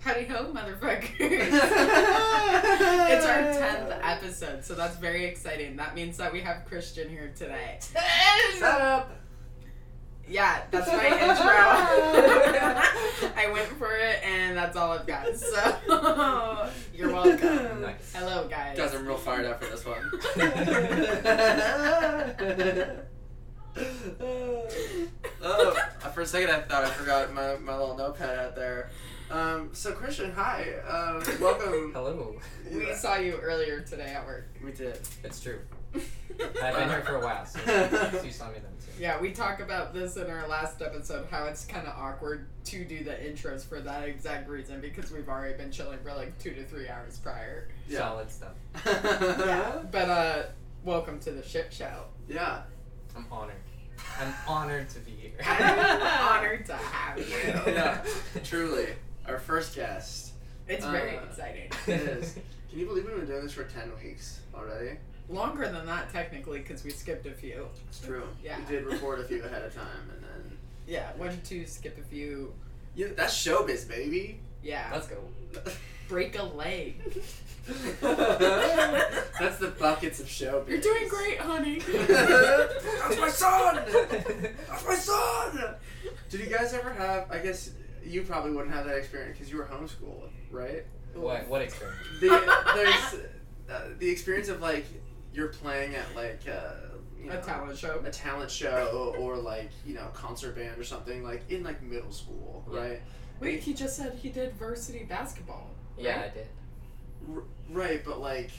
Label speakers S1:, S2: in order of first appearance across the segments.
S1: Howdy ho, motherfuckers. it's our 10th episode, so that's very exciting. That means that we have Christian here today.
S2: Shut up.
S1: Yeah, that's my intro. I went for it, and that's all I've got. So, you're welcome.
S2: Nice.
S1: Hello, guys.
S3: Guys, I'm real fired up for this one. oh, for a second I thought I forgot my, my little notepad out there. Um, so Christian, hi. Um, welcome.
S2: Hello.
S1: we saw you earlier today at work.
S3: We did.
S2: It's true. I've been here for a while, so you saw me then too.
S1: Yeah, we talk about this in our last episode how it's kind of awkward to do the intros for that exact reason because we've already been chilling for like two to three hours prior.
S3: Yeah.
S2: Solid stuff.
S3: yeah.
S1: But uh, welcome to the ship show.
S3: Yeah.
S2: I'm honored. I'm honored to be here.
S1: I'm honored to have you.
S3: Truly, our first guest.
S1: It's very
S3: Uh,
S1: exciting.
S3: It is. Can you believe we've been doing this for ten weeks already?
S1: Longer than that, technically, because we skipped a few.
S3: It's true.
S1: Yeah.
S3: We did record a few ahead of time, and then
S1: Yeah, one, two, skip a few.
S3: yeah, that's showbiz, baby.
S1: Yeah.
S2: Let's go.
S1: Break a leg.
S3: that's the buckets of showbiz.
S1: You're doing great, honey.
S3: That's my son. That's my son! Did you guys ever have? I guess you probably wouldn't have that experience because you were homeschooled, right?
S2: what? What experience?
S3: The, there's uh, the experience of like you're playing at like uh, you know,
S1: A talent show.
S3: a talent show or like you know concert band or something like in like middle school,
S2: Yeah.
S3: right?
S1: Wait, he just said he did varsity basketball.
S2: Yeah, I did.
S3: R- right, but like,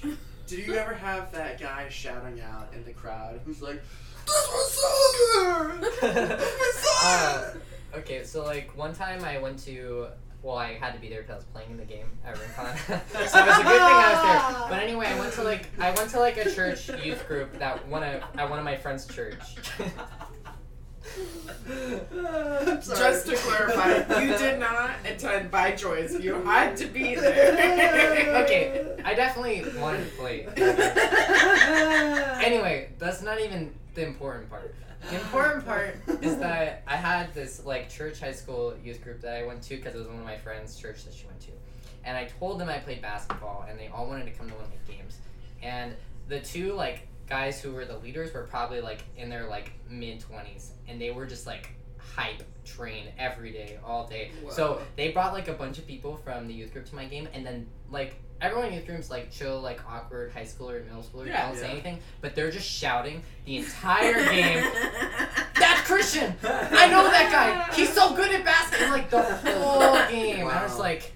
S3: did you ever have that guy shouting out in the crowd who's like, "That's my son! That's my son!"
S2: Okay, so like one time I went to well, I had to be there because I was playing the game at RuneCon. so it was a good thing I was there. But anyway, I went to like I went to like a church youth group that one of at one of my friends' church.
S3: Sorry.
S1: Just to clarify, you did not attend by choice. You had to be there.
S2: okay, I definitely wanted to play. Anyway, that's not even the important part. The important part is that I had this like church high school youth group that I went to because it was one of my friends' church that she went to, and I told them I played basketball, and they all wanted to come to one of my games, and the two like guys who were the leaders were probably like in their like mid twenties, and they were just like hype train every day, all day. So they brought like a bunch of people from the youth group to my game, and then like everyone in youth group's like chill, like awkward high schooler and middle schooler,
S1: Yeah.
S2: don't say anything, but they're just shouting the entire game. That's Christian. I know that guy. He's so good at basketball. Like the whole game, I was
S3: Wow.
S2: like,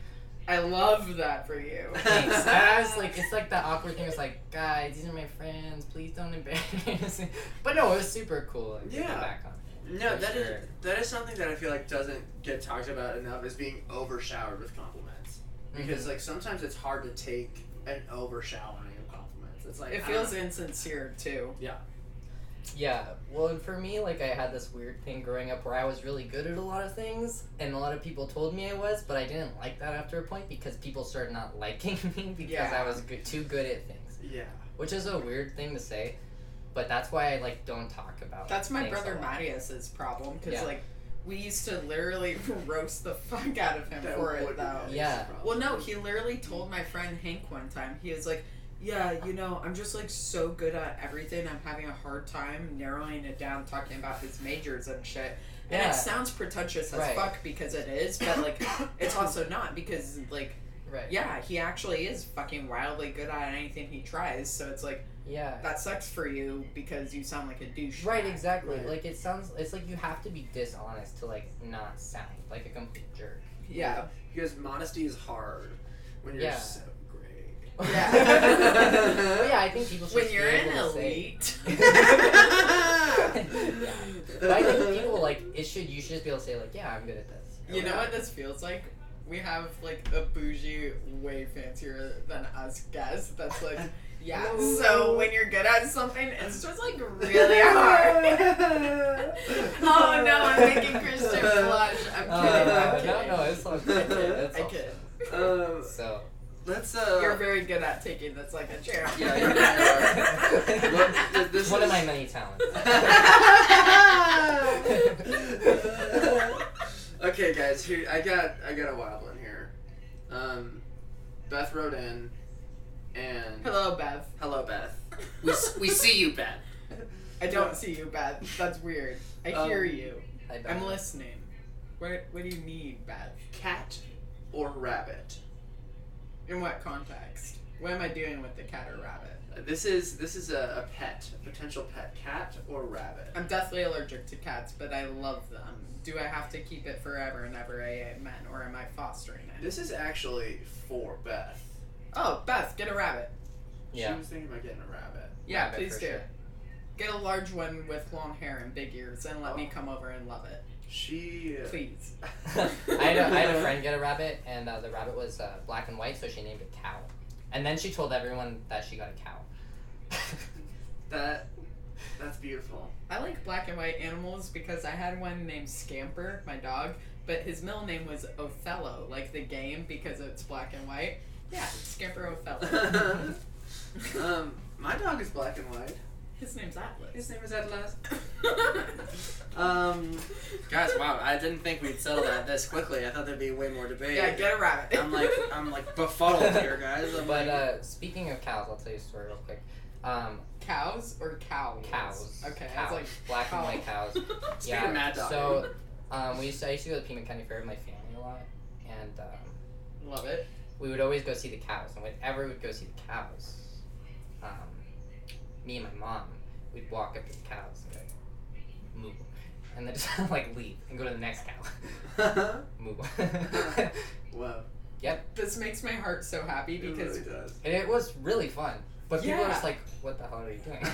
S1: I love that for you.
S2: thanks. And I was like, it's like that awkward thing. It's like, guys, these are my friends. Please don't embarrass me. But no, it was super cool. Like, to get
S3: Yeah.
S2: Back on.
S3: No,
S2: For
S3: that is
S2: sure.
S3: that is something that I feel like doesn't get talked about enough is being overshowered with compliments.
S2: Mhm.
S3: Because
S1: Mm-hmm.
S3: uh, like sometimes it's hard to take an overshowering of compliments. It's like ah,
S1: It
S3: I
S1: feels
S3: don't
S1: insincere too.
S2: Yeah, well, and for me, like, I had this weird thing growing up where I was really good at a lot of things, and a lot of people told me I was, but I didn't like that after a point because people started not liking me because
S1: Yeah.
S2: I was good, too good at things,
S3: know. yeah.
S2: which is a weird thing to say, but that's why I like don't talk about.
S1: That's my
S2: things a
S1: brother
S2: lot.
S1: Mattias's problem because
S2: Yeah.
S1: like we used to literally roast the fuck out of him
S3: That
S1: for
S3: would
S1: it
S3: be
S1: though.
S3: nice,
S2: Yeah.
S3: probably.
S1: Well, no, he literally told my friend Hank one time. He was like, "Yeah, you know, I'm just like so good at everything. I'm having a hard time narrowing it down, talking about his majors and shit." And
S2: Yeah.
S1: it sounds pretentious as
S2: Right.
S1: fuck because it is, but like, it's also not because like,
S2: Right.
S1: yeah, he actually is fucking wildly good at anything he tries. So it's like
S2: Yeah.
S1: that sucks for you because you sound like a douche.
S2: Right, exactly.
S3: Right.
S2: Like it sounds. It's like you have to be dishonest to like not sound like a complete jerk.
S1: Yeah.
S3: Because modesty is hard when you're
S2: Yeah.
S3: so great.
S1: Yeah.
S2: But yeah, I think people should
S1: When
S2: just
S1: you're
S2: be
S1: an
S2: able to say-
S1: elite.
S2: But I think people like it should you should just be able to say like, yeah, I'm good at this.
S1: You know what this feels like? We have like a bougie, way fancier than us guest that's like, yeah.
S3: No.
S1: So when you're good at something, it's just like really hard. oh no, I'm making Christian blush. I'm kidding.
S2: Uh,
S1: I'm kidding.
S2: no, no, it's all good. It's
S1: I
S2: all
S1: kid.
S3: Um,
S2: So
S3: let's uh.
S1: You're very good at taking this like a chair.
S3: Yeah, you really
S2: are.
S3: Look, this
S2: one
S3: is,
S2: of my many talents.
S3: okay, guys. Here I got I got a wild one here. Um, Beth wrote in, and
S1: Hello, Bev.
S3: Hello, Beth. We, s- we see you, Beth.
S1: I don't see you, Beth. That's weird. I
S3: Um, uh,
S1: hear you.
S2: I bet.
S1: I'm listening. What What do you need, Beth?
S3: Cat or rabbit?
S1: In what context? What am I doing with the cat or rabbit?
S3: Uh, This is this is a, a pet, a potential pet. Cat or rabbit?
S1: I'm deathly allergic to cats, but I love them. Do I have to keep it forever and ever I am men, or am I fostering it?
S3: This is actually for Beth.
S1: Oh, Beth, get a rabbit.
S2: Yeah.
S3: She was thinking about getting a rabbit.
S1: Yeah,
S2: Rabbit
S1: please
S2: for
S1: do.
S2: sure.
S1: Get a large one with long hair and big ears, and let me come over and love it,
S3: She.
S1: please.
S2: I had, a, I had a friend get a rabbit, and uh, the rabbit was uh, black and white, so she named it Cow. And then she told everyone that she got a cow.
S3: That that's beautiful.
S1: I like black and white animals because I had one named Scamper, my dog, but his middle name was Othello, like the game, because it's black and white. Yeah, Scamper Othello.
S3: um, my dog is black and white.
S1: his name's Atlas.
S3: His name is Atlas. Um, I didn't think we'd settle that this quickly. I thought there'd be way more debate.
S1: Yeah, get a rabbit.
S3: I'm like I'm like befuddled here, guys. I'm
S2: but
S3: like,
S2: uh, speaking of cows, I'll tell you a story real quick. Um,
S1: cows or cows?
S2: cows.
S1: Okay, I
S2: Cows.
S1: was like
S2: black and white
S1: cow.
S2: cows.
S3: Speaking
S2: yeah.
S3: of Mad Dog.
S2: So um, we used to, I used to go to the Pima County Fair with my family a lot, and um,
S1: Love it.
S2: we would always go see the cows. And whenever we'd go see the cows, um, me and my mom would walk up to the cows and go, moo. And then just like leave and go to the next cow.
S3: uh,
S2: moo.
S3: Whoa,
S1: This makes my heart so happy
S3: it
S1: because
S3: really does.
S2: and it was really fun. But people were
S1: Yeah.
S2: just like, what the hell are you doing?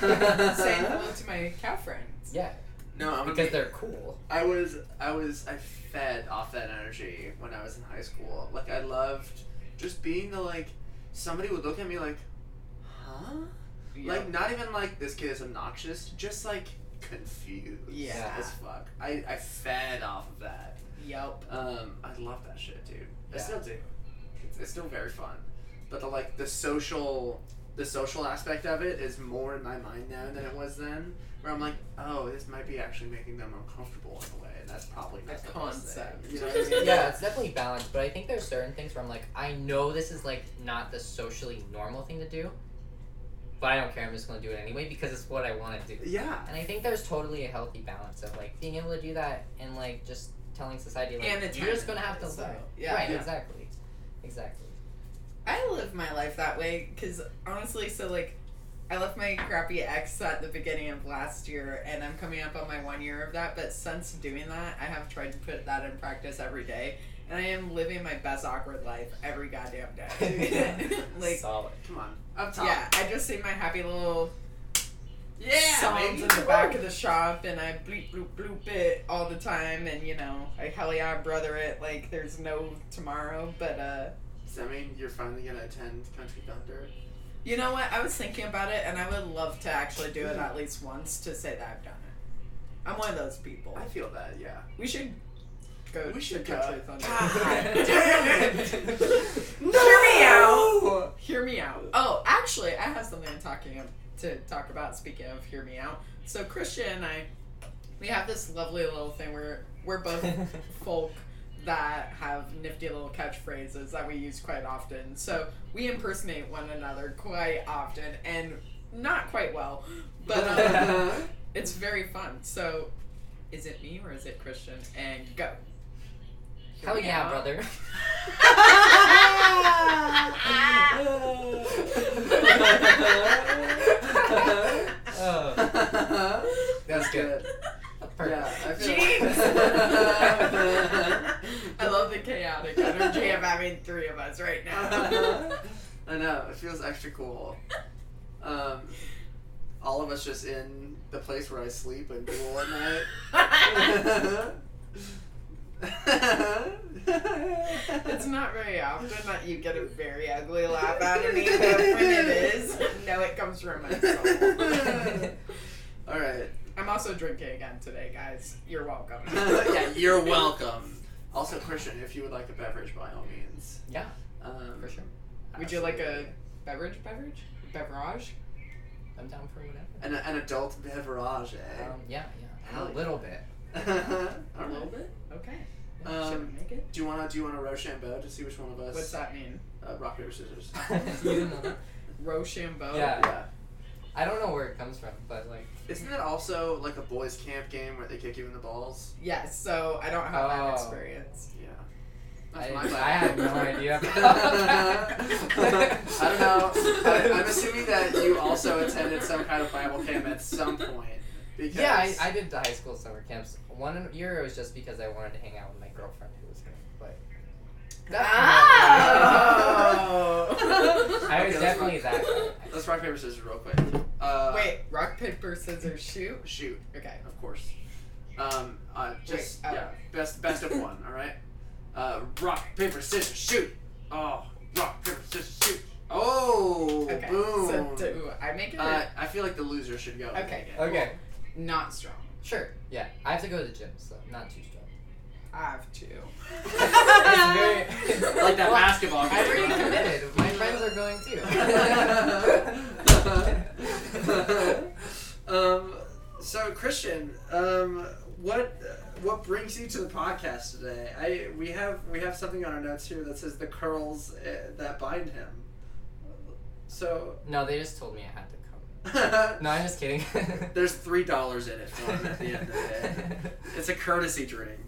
S1: saying hello to my cow friends.
S2: yeah,
S3: No, I'm
S2: because they're cool.
S3: I was I was I fed off that energy when I was in high school. Like I loved just being the like somebody would look at me like, huh? Like not even like this kid is obnoxious, just like confused.
S1: Yeah.
S3: As fuck. I, I fed off of that.
S1: Yelp.
S3: Um, I love that shit, dude. I
S2: Yeah.
S3: still do. It's, it's still very fun, but the like the social the social aspect of it is more in my mind now than it was then. Where I'm like, oh, this might be actually making them uncomfortable in a way, and that's probably
S1: A
S3: not the best thing.
S1: concept.
S3: You know what I mean?
S2: yeah, it's definitely balanced, but I think there's certain things where I'm like, I know this is like not the socially normal thing to do, but I don't care. I'm just gonna do it anyway because it's what I want to do.
S3: Yeah.
S2: And I think there's totally a healthy balance of like being able to do that and like just telling society like
S1: And it's
S2: you're just gonna have to
S1: so,
S2: learn.
S1: yeah.
S2: right,
S3: Yeah.
S2: exactly, exactly.
S1: I live my life that way because honestly, so like, I left my crappy ex at the beginning of last year, and I'm coming up on my one year of that. But since doing that, I have tried to put that in practice every day, and I am living my best awkward life every goddamn day. like,
S2: solid.
S3: Come on, up top.
S1: yeah, I just sing my happy little
S3: Yeah.
S1: songs
S3: baby.
S1: in the back of the shop, and I bleep bloop bloop it all the time, and you know, I hell yeah, brother it. Like, there's no tomorrow, but uh.
S3: Does that mean you're finally gonna attend Country Thunder?
S1: You know what? I was thinking about it, and I would love to actually do it at least once to say that I've done it. I'm one of those people.
S3: I feel that. Yeah.
S1: We should go.
S3: We should
S1: to
S3: go.
S1: Country
S3: God
S1: Thunder.
S3: damn
S2: it!
S1: No! Hear me out. Oh, actually, I have something I'm talking to talk about. Speaking of hear me out, so Christian and I, we have this lovely little thing where we're both folk that have nifty little catchphrases that we use quite often. So we impersonate one another quite often, and not quite well, but um, it's very fun. So, is it me or is it Christian? And go.
S2: Hell yeah, brother. Oh,
S3: That's good.
S2: perfect.
S3: Yeah, I feel
S1: Jinx! I
S3: I
S1: love the chaotic energy of having three of us right now.
S3: I know it feels extra cool. Um, all of us just in the place where I sleep and duel at night.
S1: It's not very often that you get a very ugly laugh out of me, but when it is, no, it comes from my soul.
S3: all right.
S1: I'm also drinking again today, guys. You're welcome.
S3: yeah, you're welcome. Also, Christian, if you would like a beverage, by all means.
S2: Yeah.
S3: Um,
S2: For sure.
S1: Would you like a
S3: absolutely.
S1: beverage? Beverage? Beverage?
S2: I'm down for whatever.
S3: an, an adult beverage? Eh?
S2: Um, yeah, yeah.
S3: Hell
S2: A little bit.
S3: a little bit.
S1: Okay. Should
S3: Um,
S1: I make it?
S3: do you wanna do you wanna Rochambeau to see which one of us?
S1: What's that mean?
S3: Uh, rock paper scissors.
S2: You didn't know that?
S1: Rochambeau.
S2: Yeah.
S3: Yeah.
S2: I don't know where it comes from, but like,
S3: Isn't that also like a boys' camp game where they kick you in the balls?
S1: Yes, so I don't have that
S2: Oh.
S1: experience.
S3: Yeah.
S2: I,
S3: my
S2: I
S3: bad.
S2: have no idea.
S3: I don't know. I, I'm assuming that you also attended some kind of Bible camp at some point. Because
S2: Yeah, I, I did the high school summer camps. One year it was just because I wanted to hang out with my girlfriend who was gonna play.
S1: Oh.
S2: I was
S3: Okay, let's
S2: definitely
S3: rock-
S2: that. guy.
S3: Let's rock paper scissors real quick. Uh,
S1: Wait, rock paper scissors shoot.
S3: Shoot,
S1: Okay.
S3: of course. Um, uh, just
S1: Wait, oh.
S3: yeah, best best of one. All right. Uh, rock paper scissors shoot. Oh, rock paper scissors shoot. Oh,
S1: Okay.
S3: boom.
S1: So do I make it?
S3: Uh, I feel like the loser should go.
S1: Okay.
S2: Okay,
S1: Not strong.
S2: sure. Yeah, I have to go to the gym, so not too strong.
S1: I have two.
S2: It's very
S3: like that
S2: Well,
S3: basketball game.
S2: I already committed. My friends are going too.
S3: um, so Christian, um, what what brings you to the podcast today? I we have we have something on our notes here that says the curls uh, that bind him. So
S2: no, they just told me I had to come. No, I'm just kidding.
S3: there's three dollars in it for him at the end of the day. It's a courtesy drink.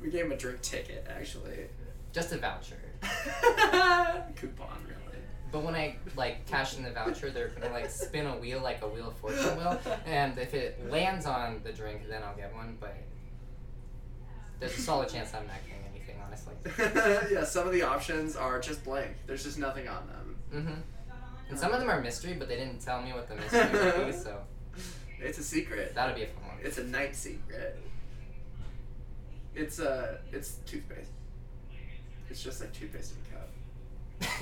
S3: We gave him a drink ticket actually.
S2: just a voucher.
S3: Coupon really.
S2: But when I like cash in the voucher, they're gonna like spin a wheel like a wheel of fortune wheel, and if it lands on the drink, then I'll get one. But there's a solid chance I'm not getting anything, honestly.
S3: yeah, some of the options are just blank. There's just nothing on them.
S2: Mm-hmm. And some of them are mystery, but they didn't tell me what the mystery would be, so
S3: It's a secret.
S2: that'll be a fun one.
S3: It's a night secret. It's uh, it's toothpaste. It's just like toothpaste in a cup.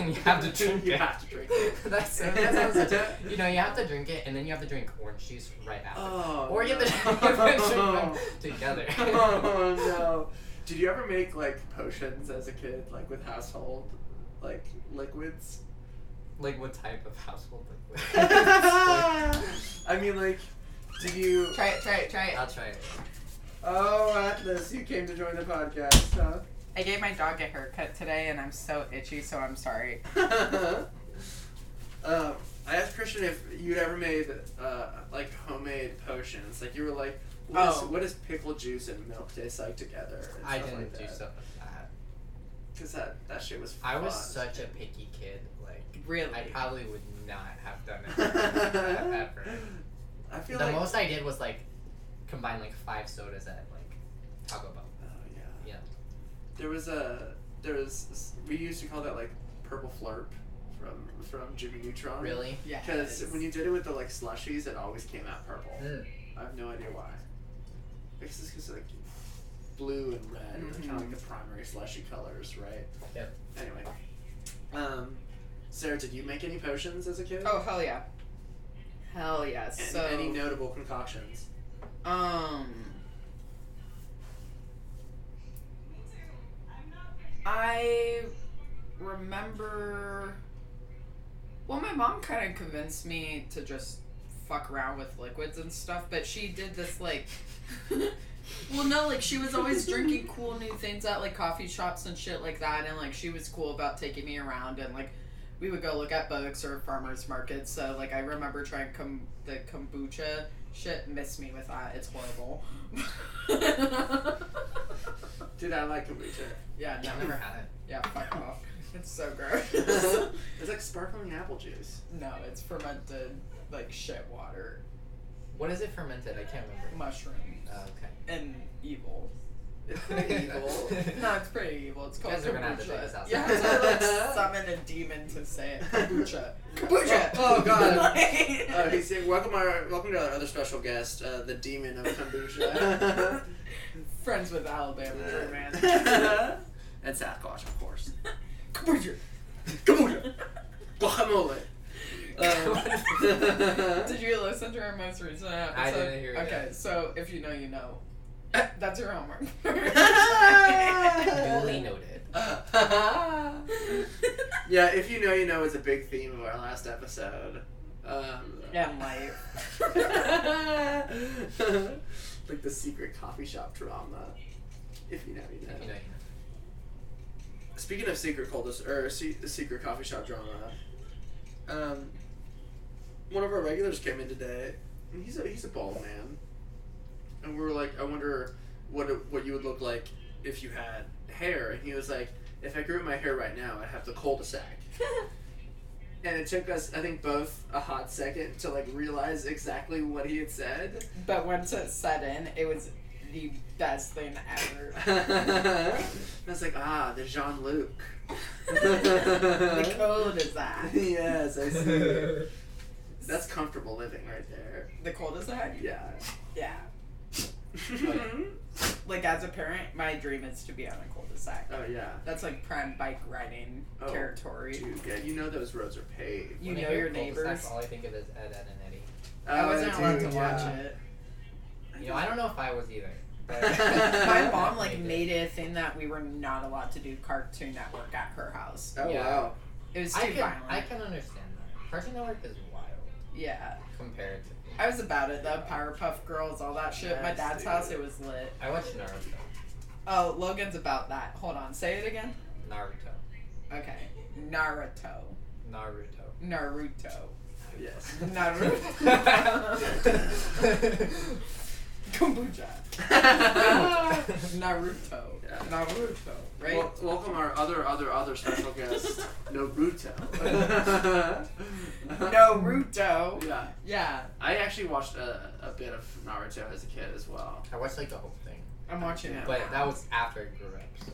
S2: you have to drink
S3: You
S2: it.
S3: have to drink it.
S2: That's that sounds. You know, you have to drink it, and then you have to drink orange juice right after.
S3: Oh.
S2: or you have to, you have to drink
S3: no.
S2: them together.
S3: oh no! Did you ever make like potions as a kid, like with household, like liquids?
S2: Like what type of household liquid?
S3: I mean, like, did you?
S1: Try it. Try it. Try it.
S2: I'll try it.
S3: Oh, Atlas, you came to join the podcast, huh?
S1: I gave my dog a haircut today, and I'm so itchy, so I'm sorry.
S3: um, I asked Christian if you'd ever made uh, like homemade potions. Like you were like, what, is-
S1: Oh.
S3: what does pickle juice and milk taste like together? and
S2: I
S3: stuff
S2: didn't
S3: like
S2: do
S3: that.
S2: stuff like that.
S3: Cause that that shit was. Fun.
S2: I was such a picky kid. Like
S1: Really?
S2: I probably would not have done it ever.
S3: I feel
S2: The
S3: like.
S2: most I did was like combine like five sodas at like Taco Bell.
S3: oh yeah.
S2: Yeah.
S3: There was a there was we used to call that like purple flurp from from Jimmy Neutron.
S2: Really?
S1: Yeah.
S3: Because when you did it with the like slushies, it always came out purple.
S2: Mm,
S3: I have no idea why. I guess it's because like blue and red are kind of like the primary slushy colors, right?
S2: Yep.
S3: Anyway, um, Sarah, did you make any potions as a kid?
S1: Oh hell yeah. Hell yeah.
S3: and
S1: So
S3: any notable concoctions?
S1: um. I remember. Well, my mom kind of convinced me to just fuck around with liquids and stuff, but she did this like. well, no, like she was always drinking cool new things at like coffee shops and shit like that, and like she was cool about taking me around and like we would go look at books or farmers markets. So like I remember trying com- the kombucha shit. Miss me with that. It's horrible.
S3: Did I like kombucha?
S1: yeah,
S2: I've
S1: no,
S2: never had it.
S1: yeah, fuck off. It's so gross.
S3: it's like sparkling apple juice.
S1: no, it's fermented like shit water,
S2: What is it fermented? I can't remember.
S1: mushroom,
S2: Oh, okay.
S1: and evil.
S3: It's pretty evil.
S1: No, it's pretty evil. It's called
S2: guys are gonna have to take this
S1: kombucha.
S2: outside.
S1: You have to like summon a demon to say it. Kombucha. Kombucha.
S3: Oh, God.
S1: Like-
S3: Uh, he's saying, welcome our welcome to our other special guest, uh, the demon of kombucha.
S1: Friends with Alabama Drew, man.
S3: and Sasquatch, of course.
S1: Kombucha.
S3: Kombucha. Guacamole. Um,
S1: Did you listen to our most recent episode?
S2: I didn't hear it
S1: Okay,
S2: yet.
S1: so if you know, you know. That's your homework. Uh,
S2: Duly noted.
S3: yeah, if you know, you know is a big theme of our last episode. Um,
S1: and life.
S3: like the secret coffee shop drama. If you know, you know.
S2: If you know, you
S3: Speaking of secret cultists or se- secret coffee shop drama, um, one of our regulars came in today, and he's a he's a bald man, and we were like, I wonder what it- what you would look like if you had hair, and he was like, if I grew my hair right now, I'd have the cul-de-sac. And it took us, I think, both a hot second to like realize exactly what he had said.
S1: but once it set in, it was the best thing ever.
S3: I was like, ah, the Jean Luc.
S1: the code is that.
S3: yes, I see.
S2: know.
S3: That's comfortable living right there.
S1: The cold is that?
S3: Yeah.
S1: Yeah. Mm-hmm. Like as a parent, my dream is to be on a cul-de-sac.
S3: oh yeah.
S1: That's like prime bike riding
S3: Oh,
S1: territory.
S3: Dude, yeah, you know those roads are paved.
S1: You
S2: When
S1: know
S2: I hear
S1: your
S2: cul-de-sacs,
S1: neighbors.
S2: All I think of is Ed, Ed, and Eddie.
S1: I wasn't
S3: Oh,
S1: allowed to
S3: dude, yeah.
S1: watch it.
S2: You know, I don't know if I was either. but-
S1: My
S3: My
S1: mom like
S2: Maybe.
S1: made it a thing that we were not allowed to do Cartoon Network at her house.
S3: Oh
S2: Yeah.
S3: wow.
S1: It was too
S2: I can,
S1: violent.
S2: I can understand that. Cartoon Network is wild
S1: yeah,
S2: compared to.
S1: I was about it though. Powerpuff Girls, all that shit. My
S3: Yes,
S1: dad's
S3: dude.
S1: house, it was lit.
S2: I watched Naruto.
S1: Oh, Logan's about that. Hold on, say it again.
S2: Naruto.
S1: Okay, Naruto,
S2: Naruto.
S1: Naruto,
S3: Yes.
S1: Naruto, kombucha,
S2: Ah.
S1: Naruto,
S3: Yeah.
S1: Naruto. Right?
S3: Wel- welcome our other other other special guest, Naruto.
S1: Naruto.
S3: Yeah.
S1: Yeah,
S3: I actually watched a, a bit of Naruto as a kid as well.
S2: I watched like the whole thing,
S1: I'm watching it.
S2: but
S1: now.
S2: that was after I grew up, so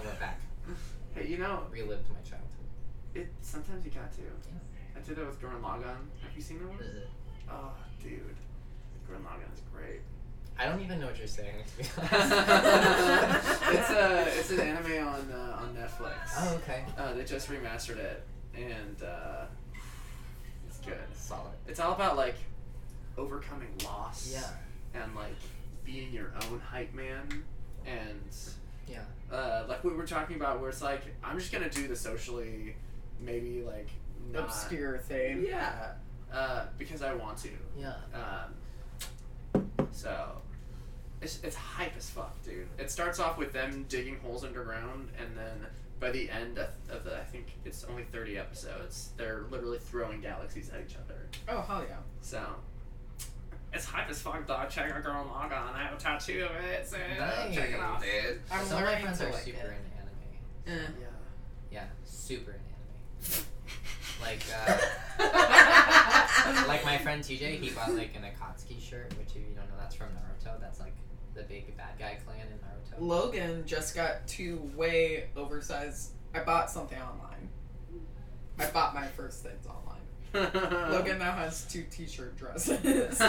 S2: I went back,
S3: Hey, you know,
S2: relived my childhood.
S3: it sometimes you got to. I did it with Gurren Lagann. Have you seen that one? Oh, dude, Gurren Lagann is great.
S2: I don't even know what you're saying. To be honest.
S3: it's a it's an anime on uh, on Netflix.
S2: Oh, okay.
S3: Uh, they just remastered it, and uh, it's good.
S2: Solid.
S3: It's all about like overcoming loss.
S2: Yeah.
S3: and like being your own hype man and
S2: Yeah.
S3: uh, like we were talking about where it's like i'm just gonna do the socially maybe like not,
S1: obscure thing.
S3: yeah uh, because i want to
S2: Yeah.
S3: um, so it's, it's hype as fuck dude it starts off with them digging holes underground and then by the end of, of the i think it's only 30 episodes they're literally throwing galaxies at each other
S1: Oh hell yeah.
S3: so it's hype as fuck, dog. Check out Girl Maga, and I have a tattoo of it. So check it out, dude.
S1: I'm
S2: Some of my
S1: learning
S2: friends
S1: to
S2: are
S1: like
S2: super
S1: it.
S2: into anime.
S1: Eh.
S3: Yeah.
S2: Yeah, super into anime. Like, uh, like my friend TJ, he bought like an Akatsuki shirt, which if you don't know, that's from Naruto. That's like the big bad guy clan in Naruto.
S1: Logan just got two way oversized. I bought something online. I bought my first things online.
S2: uh, Um.
S1: Logan now has two T-shirt dresses.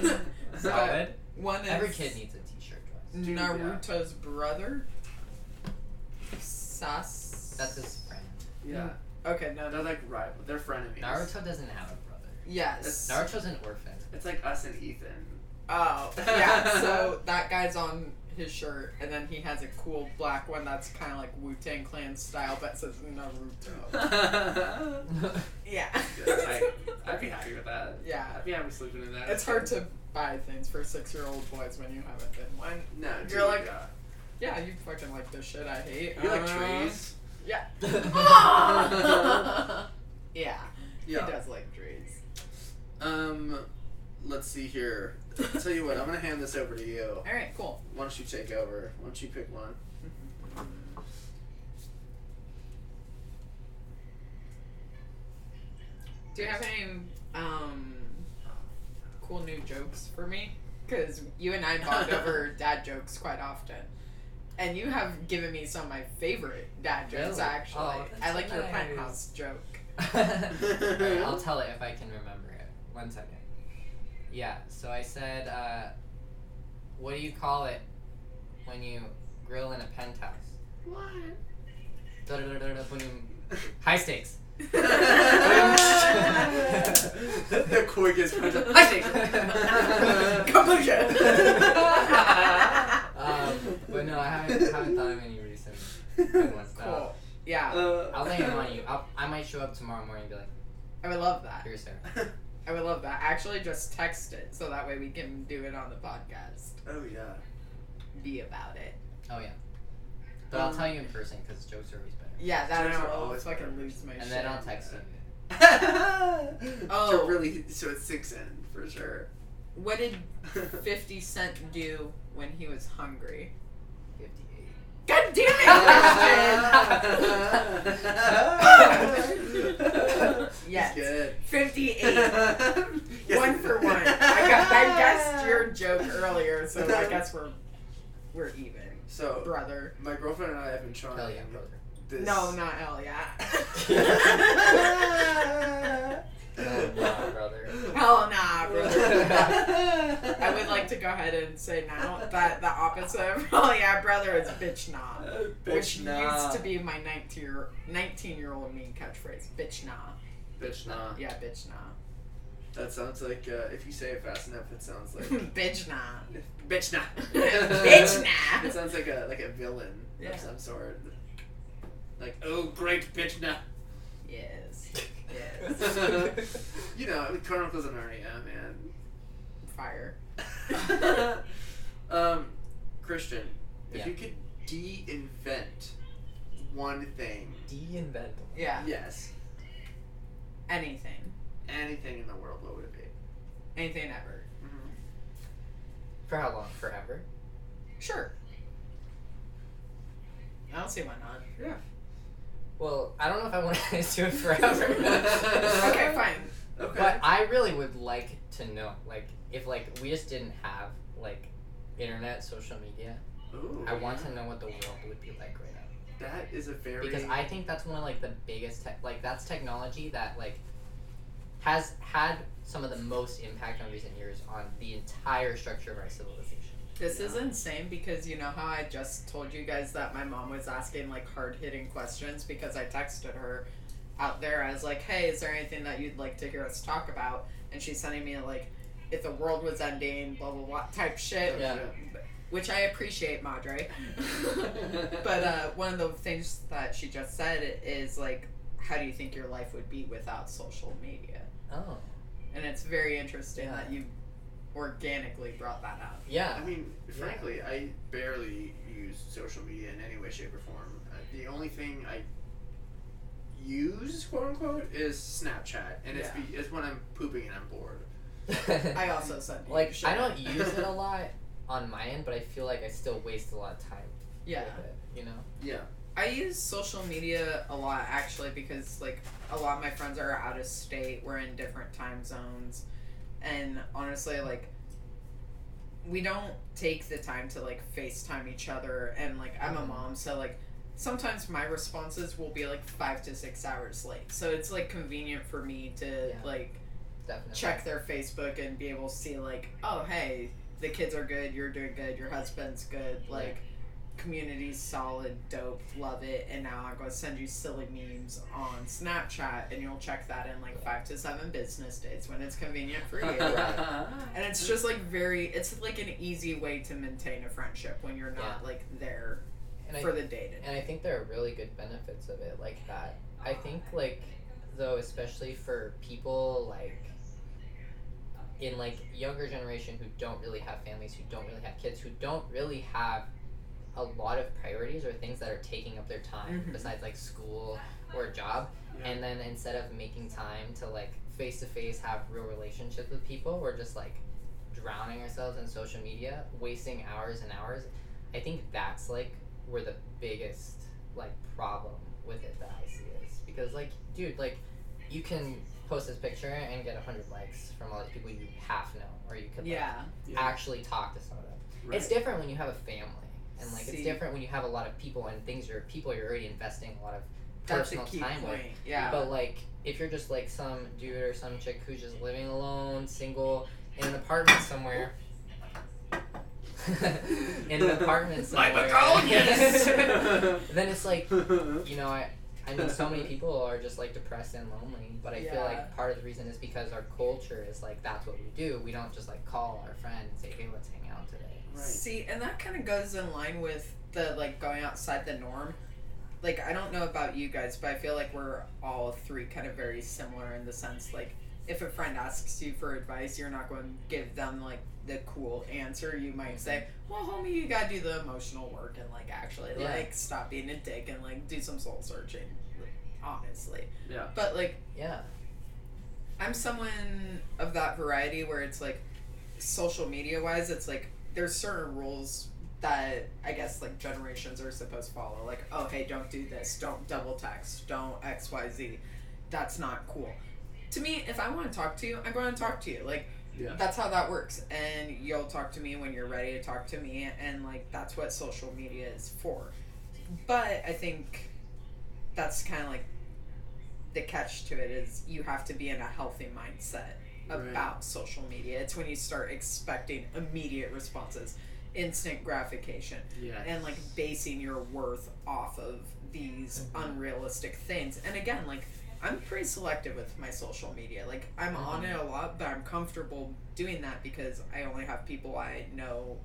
S1: But
S2: Solid.
S1: one is
S2: Every kid needs a T-shirt dress.
S3: Dude, yeah.
S1: Naruto's brother. Sas.
S2: That's his friend.
S3: Yeah.
S1: Okay, no, no.
S3: They're like rival. They're frenemies.
S2: Naruto doesn't have a brother.
S1: Yes.
S2: Naruto's an orphan.
S3: It's like us and Ethan.
S1: Oh, yeah. So that guy's on his shirt, and then he has a cool black one that's kind of like Wu Tang Clan style, but says Naruto. Yeah.
S3: Yes, I'd be happy with that.
S1: yeah.
S3: I'd be happy sleeping in that.
S1: It's hard to buy things for six year old boys when you haven't been one.
S3: No, dude,
S1: You're like-
S3: yeah.
S1: Yeah, you fucking like the shit I hate.
S3: you like
S1: Uh,
S3: trees.
S1: Ah! yeah, he does like trees.
S3: Um, let's see here. Tell you what, I'm gonna hand this over to you.
S1: All right, cool.
S3: Why don't you take over? Why don't you pick one?
S1: Do you have any um cool new jokes for me? Because you and I bond over dad jokes quite often. And you have given me some of my favorite dad jokes,
S2: Really?
S1: actually.
S2: Oh, that's
S1: I like your
S2: nice.
S1: penthouse joke.
S2: Alright, I'll tell it if I can remember it. One second. Yeah, so I said, uh, what do you call it when you grill in a penthouse? Da-da-da-da-da-boom. High stakes.
S3: the quickest punch. I think.
S2: Um, but no, I haven't, haven't thought of any recent good ones. Uh,
S1: Cool. Yeah,
S3: Uh,
S2: I'll lay 'em on you. I'll, I might show up tomorrow morning and be like,
S1: I would love that.
S2: here's Sarah.
S1: I would love that. Actually, just text it so that way we can do it on the podcast.
S3: Oh yeah.
S1: be about it.
S2: Oh yeah. But I'll
S1: Um,
S2: tell you in person because jokes are always better.
S1: Yeah, that is
S3: Jokes are
S1: where I'll
S3: always better
S1: fucking
S3: in
S1: lose my shit.
S2: And then I'll text you.
S1: Oh.
S3: So really, so it's six in for sure.
S1: What did 50 Cent do when he was hungry?
S2: Fifty-eight.
S1: God damn
S3: Yes.
S1: Yes.
S3: Good.
S1: 58.
S3: Yes.
S1: One for one. I, got, I guessed your joke earlier, so I guess we're we're even.
S3: So
S1: Brother.
S3: my girlfriend and I have been trying
S2: Hell yeah, brother.
S3: this.
S1: No, not L, yeah.
S2: Hell yeah, brother.
S1: Hell nah, brother. I
S3: I
S1: would like to go ahead and say now, but the opposite of oh yeah, brother is bitch nah. which
S3: bitch nah.
S1: used to be my 19 year, 19 year old mean catchphrase. Bitch nah.
S3: bitch nah.
S1: Yeah, bitch nah.
S3: That sounds like uh, if you say it fast enough, it sounds like
S1: bitch nah.
S3: bitch nah.
S1: bitch nah.
S3: It sounds like a like a villain
S1: Yeah.
S3: of some sort. Like oh great bitch nah.
S1: Yes.
S3: you know, I mean, Chronicles of Narnia,
S1: Fire.
S3: man. um, Christian, if
S2: Yeah.
S3: you could de-invent one thing,
S2: De-invent.
S1: Yeah.
S3: yes,
S1: Anything.
S3: anything in the world, what would it be?
S1: Anything ever.
S3: Mm-hmm.
S2: For how long? Forever.
S1: Sure. I don't see why not.
S2: Well, I don't know if I want to do it forever.
S1: Okay, fine.
S3: Okay.
S2: But I really would like to know, like, if like we just didn't have like internet, social media,
S3: Ooh,
S2: I want to know what the world would be like right now.
S3: That is a very.
S2: Because I think that's one of like the biggest, tech like, that's technology that like has had some of the most impact on recent years on the entire structure of our civilization.
S1: This is
S3: Yeah.
S1: insane because you know how I just told you guys that my mom was asking like hard hitting questions because I texted her out there. I was like, hey, is there anything that you'd like to hear us talk about? And she's sending me like, if the world was ending, blah, blah, blah type
S3: Oh,
S1: shit,
S2: Yeah.
S1: which I appreciate, Madre. but uh, one of the things that she just said is like, how do you think your life would be without social media?
S2: Oh,
S1: And it's very interesting
S2: Yeah.
S1: that you organically brought that up.
S2: yeah.
S3: I mean, frankly, I barely use social media in any way, shape, or form. Uh, The only thing I use, quote unquote, is Snapchat, and it's,
S1: Yeah.
S3: be, it's when I'm pooping and I'm bored.
S1: I also said, you
S2: like
S1: should-
S2: I don't use it a lot on my end, but I feel like I still waste a lot of time.
S1: Yeah.
S2: With it, you know.
S3: Yeah.
S1: I use social media a lot actually because like a lot of my friends are out of state, we're in different time zones, and honestly like we don't take the time to like FaceTime each other and like I'm a mom, so like sometimes my responses will be like 5 to 6 hours late. So it's like convenient for me to
S2: Yeah.
S1: like
S2: Definitely.
S1: check their Facebook and be able to see like, oh hey, the kids are good, you're doing good, your husband's good, like community's solid, dope, love it, and now I'm gonna send you silly memes on Snapchat and you'll check that in like five to seven business days when it's convenient for you. and it's just like very it's like an easy way to maintain a friendship when you're not like there
S2: And I
S1: for the day to day.
S2: And I think there are really good benefits of it, like that. I think, like, though, especially for people like in like younger generation who don't really have families, who don't really have kids, who don't really have a lot of priorities or things that are taking up their time
S1: Mhm.
S2: besides like school or a job.
S3: Yeah.
S2: And then instead of making time to like face to face have real relationships with people, we're just like drowning ourselves in social media, wasting hours and hours. I think that's like where the biggest like problem with it that I see is because like dude like you can post this picture and get hundred likes from all these people you half know or you could
S1: Yeah.
S2: like, actually talk to some of them.
S3: Right.
S2: It's different when you have a family and like
S1: See.
S2: it's different when you have a lot of people and things you're people you're already investing a lot of
S1: That's a
S2: personal
S1: key
S2: time with.
S1: point. Yeah.
S2: But like, if you're just like some dude or some chick who's just living alone, single, in an apartment somewhere. in an apartment
S3: My
S2: somewhere.
S3: begonias!
S2: then it's like, you know, I, I mean, so many people are just like depressed and lonely. But I feel
S1: Yeah.
S2: like part of the reason is because our culture is like that's what we do. We don't just like call our friend and say, hey, let's hang out today.
S3: right.
S1: See, and that kind of goes in line with the like going outside the norm. Like I don't know about you guys, but I feel like we're all three kind of very similar in the sense like if a friend asks you for advice, you're not going to give them like the cool answer. You might say, "Well, homie, you gotta do the emotional work and like actually
S2: Yeah.
S1: like stop being a dick and like do some soul searching." Honestly,
S3: Yeah.
S1: but like
S2: Yeah.
S1: I'm someone of that variety where it's like social media wise, it's like there's certain rules that I guess like generations are supposed to follow. Like, oh hey, don't do this, don't double text, don't XYZ. That's not cool. To me, if I want to talk to you, I'm going to talk to you. Like
S3: Yeah.
S1: that's how that works. And you'll talk to me when you're ready to talk to me and like that's what social media is for. But I think that's kind of like the catch to it is you have to be in a healthy mindset
S3: Right.
S1: about social media. It's when you start expecting immediate responses, instant gratification,
S3: Yeah.
S1: and like basing your worth off of these
S2: Mhm.
S1: unrealistic things. And again, like I'm pretty selective with my social media. Like I'm on
S2: Mhm.
S1: it a lot, but I'm comfortable doing that because I only have people I know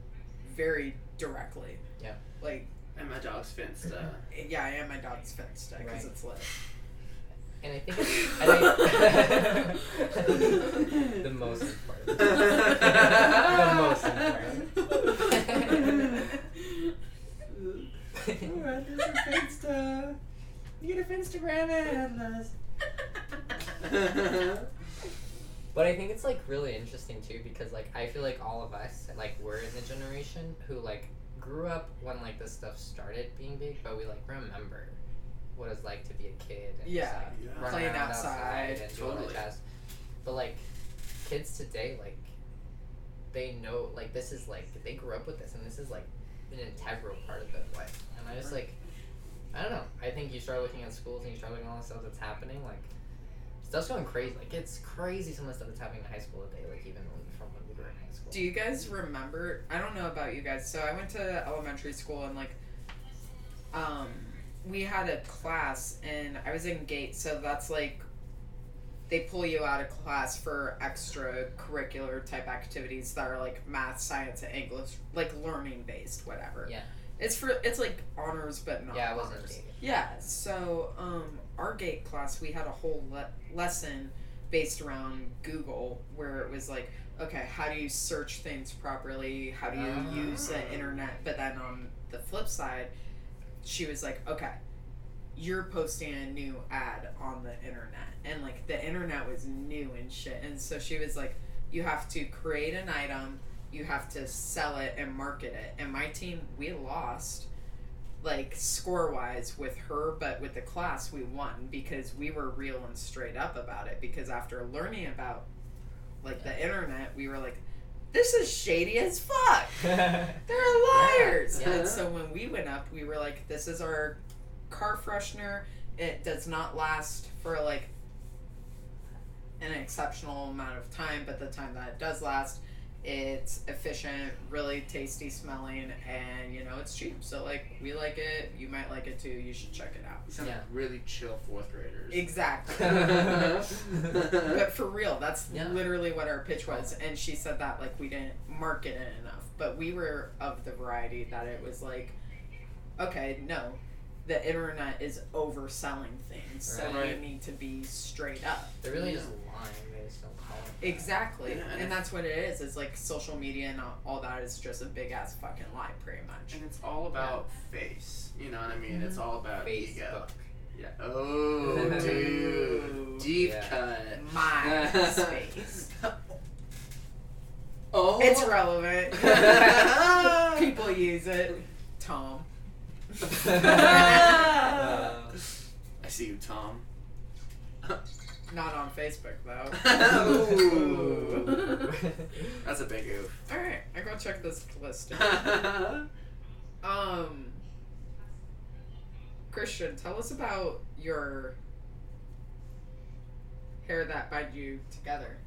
S1: very directly.
S2: Yeah.
S1: Like
S3: And my uh, dog's Finsta.
S1: yeah, I am my dog's Finsta because
S2: Right.
S1: it's lit.
S2: And I think, I think the most important. the most important.
S3: Finsta. You get a Finstagram atlas.
S2: but I think it's like really interesting too because like I feel like all of us like we're in the generation who like grew up when like this stuff started being big, but we like remember what it was like to be a kid. And just,
S1: Yeah.
S2: like,
S3: Yeah.
S2: run
S1: Playing
S2: around
S1: outside,
S2: and do all that
S3: totally.
S2: jazz. But like kids today, like they know like this is like they grew up with this and this is like an integral part of their life. And I just like I don't know. I think you start looking at schools and you start looking at all the stuff that's happening, like stuff's going crazy. Like it's crazy some of the stuff that's happening in high school today, like even from when we were in high school.
S1: Do you guys remember? I don't know about you guys. So I went to elementary school and like, um, we had a class and I was in gate. So that's like, they pull you out of class for extracurricular type activities that are like math, science, and English, like learning based, whatever.
S2: Yeah.
S1: It's for it's like honors, but not.
S2: yeah, it wasn't
S1: honors.
S2: big.
S1: Yeah, so um, our gate class, we had a whole le- lesson based around Google where it was like, okay, how do you search things properly? How do you
S2: Ah.
S1: use the internet? But then on the flip side, she was like, okay, you're posting a new ad on the internet. And like the internet was new and shit. And so she was like, you have to create an item, you have to sell it and market it. And my team, we lost like score wise with her, but with the class, we won because we were real and straight up about it. Because after learning about like the internet, we were like, this is shady as fuck. They're liars.
S2: Yeah.
S1: And so when we went up, we were like, this is our car freshener. It does not last for like an exceptional amount of time, but the time that it does last, it's efficient, really tasty smelling, and you know, it's cheap. So like we like it, you might like it too, you should check it out.
S3: You sound like
S2: Yeah.
S3: really chill fourth graders.
S1: Exactly. But for real, that's
S2: Yeah.
S1: literally what our pitch was. And she said that like we didn't market it enough, but we were of the variety that it was like, okay, no, the internet is overselling things, so
S3: Right.
S1: you need to be straight up.
S2: They're really just lying, they just don't call it.
S1: Exactly,
S3: Yeah, and
S1: and
S3: if-
S1: that's what it is. It's like social media and all- all that is just a big ass fucking lie, pretty much.
S3: And it's all about face. You know what I mean? It's
S1: Mm-hmm.
S3: all about ego.
S2: Facebook.
S3: Yeah. Oh, dude. Deep
S2: Yeah.
S3: cut.
S1: My space.
S3: Oh.
S1: It's relevant. People use it. Tom.
S2: Uh,
S3: I see you, Tom.
S1: Not on Facebook though.
S3: Ooh. That's a big oof.
S1: All right, I gotta check this list. out.
S3: oh,
S1: um, Christian, tell us about your hair that bind you together.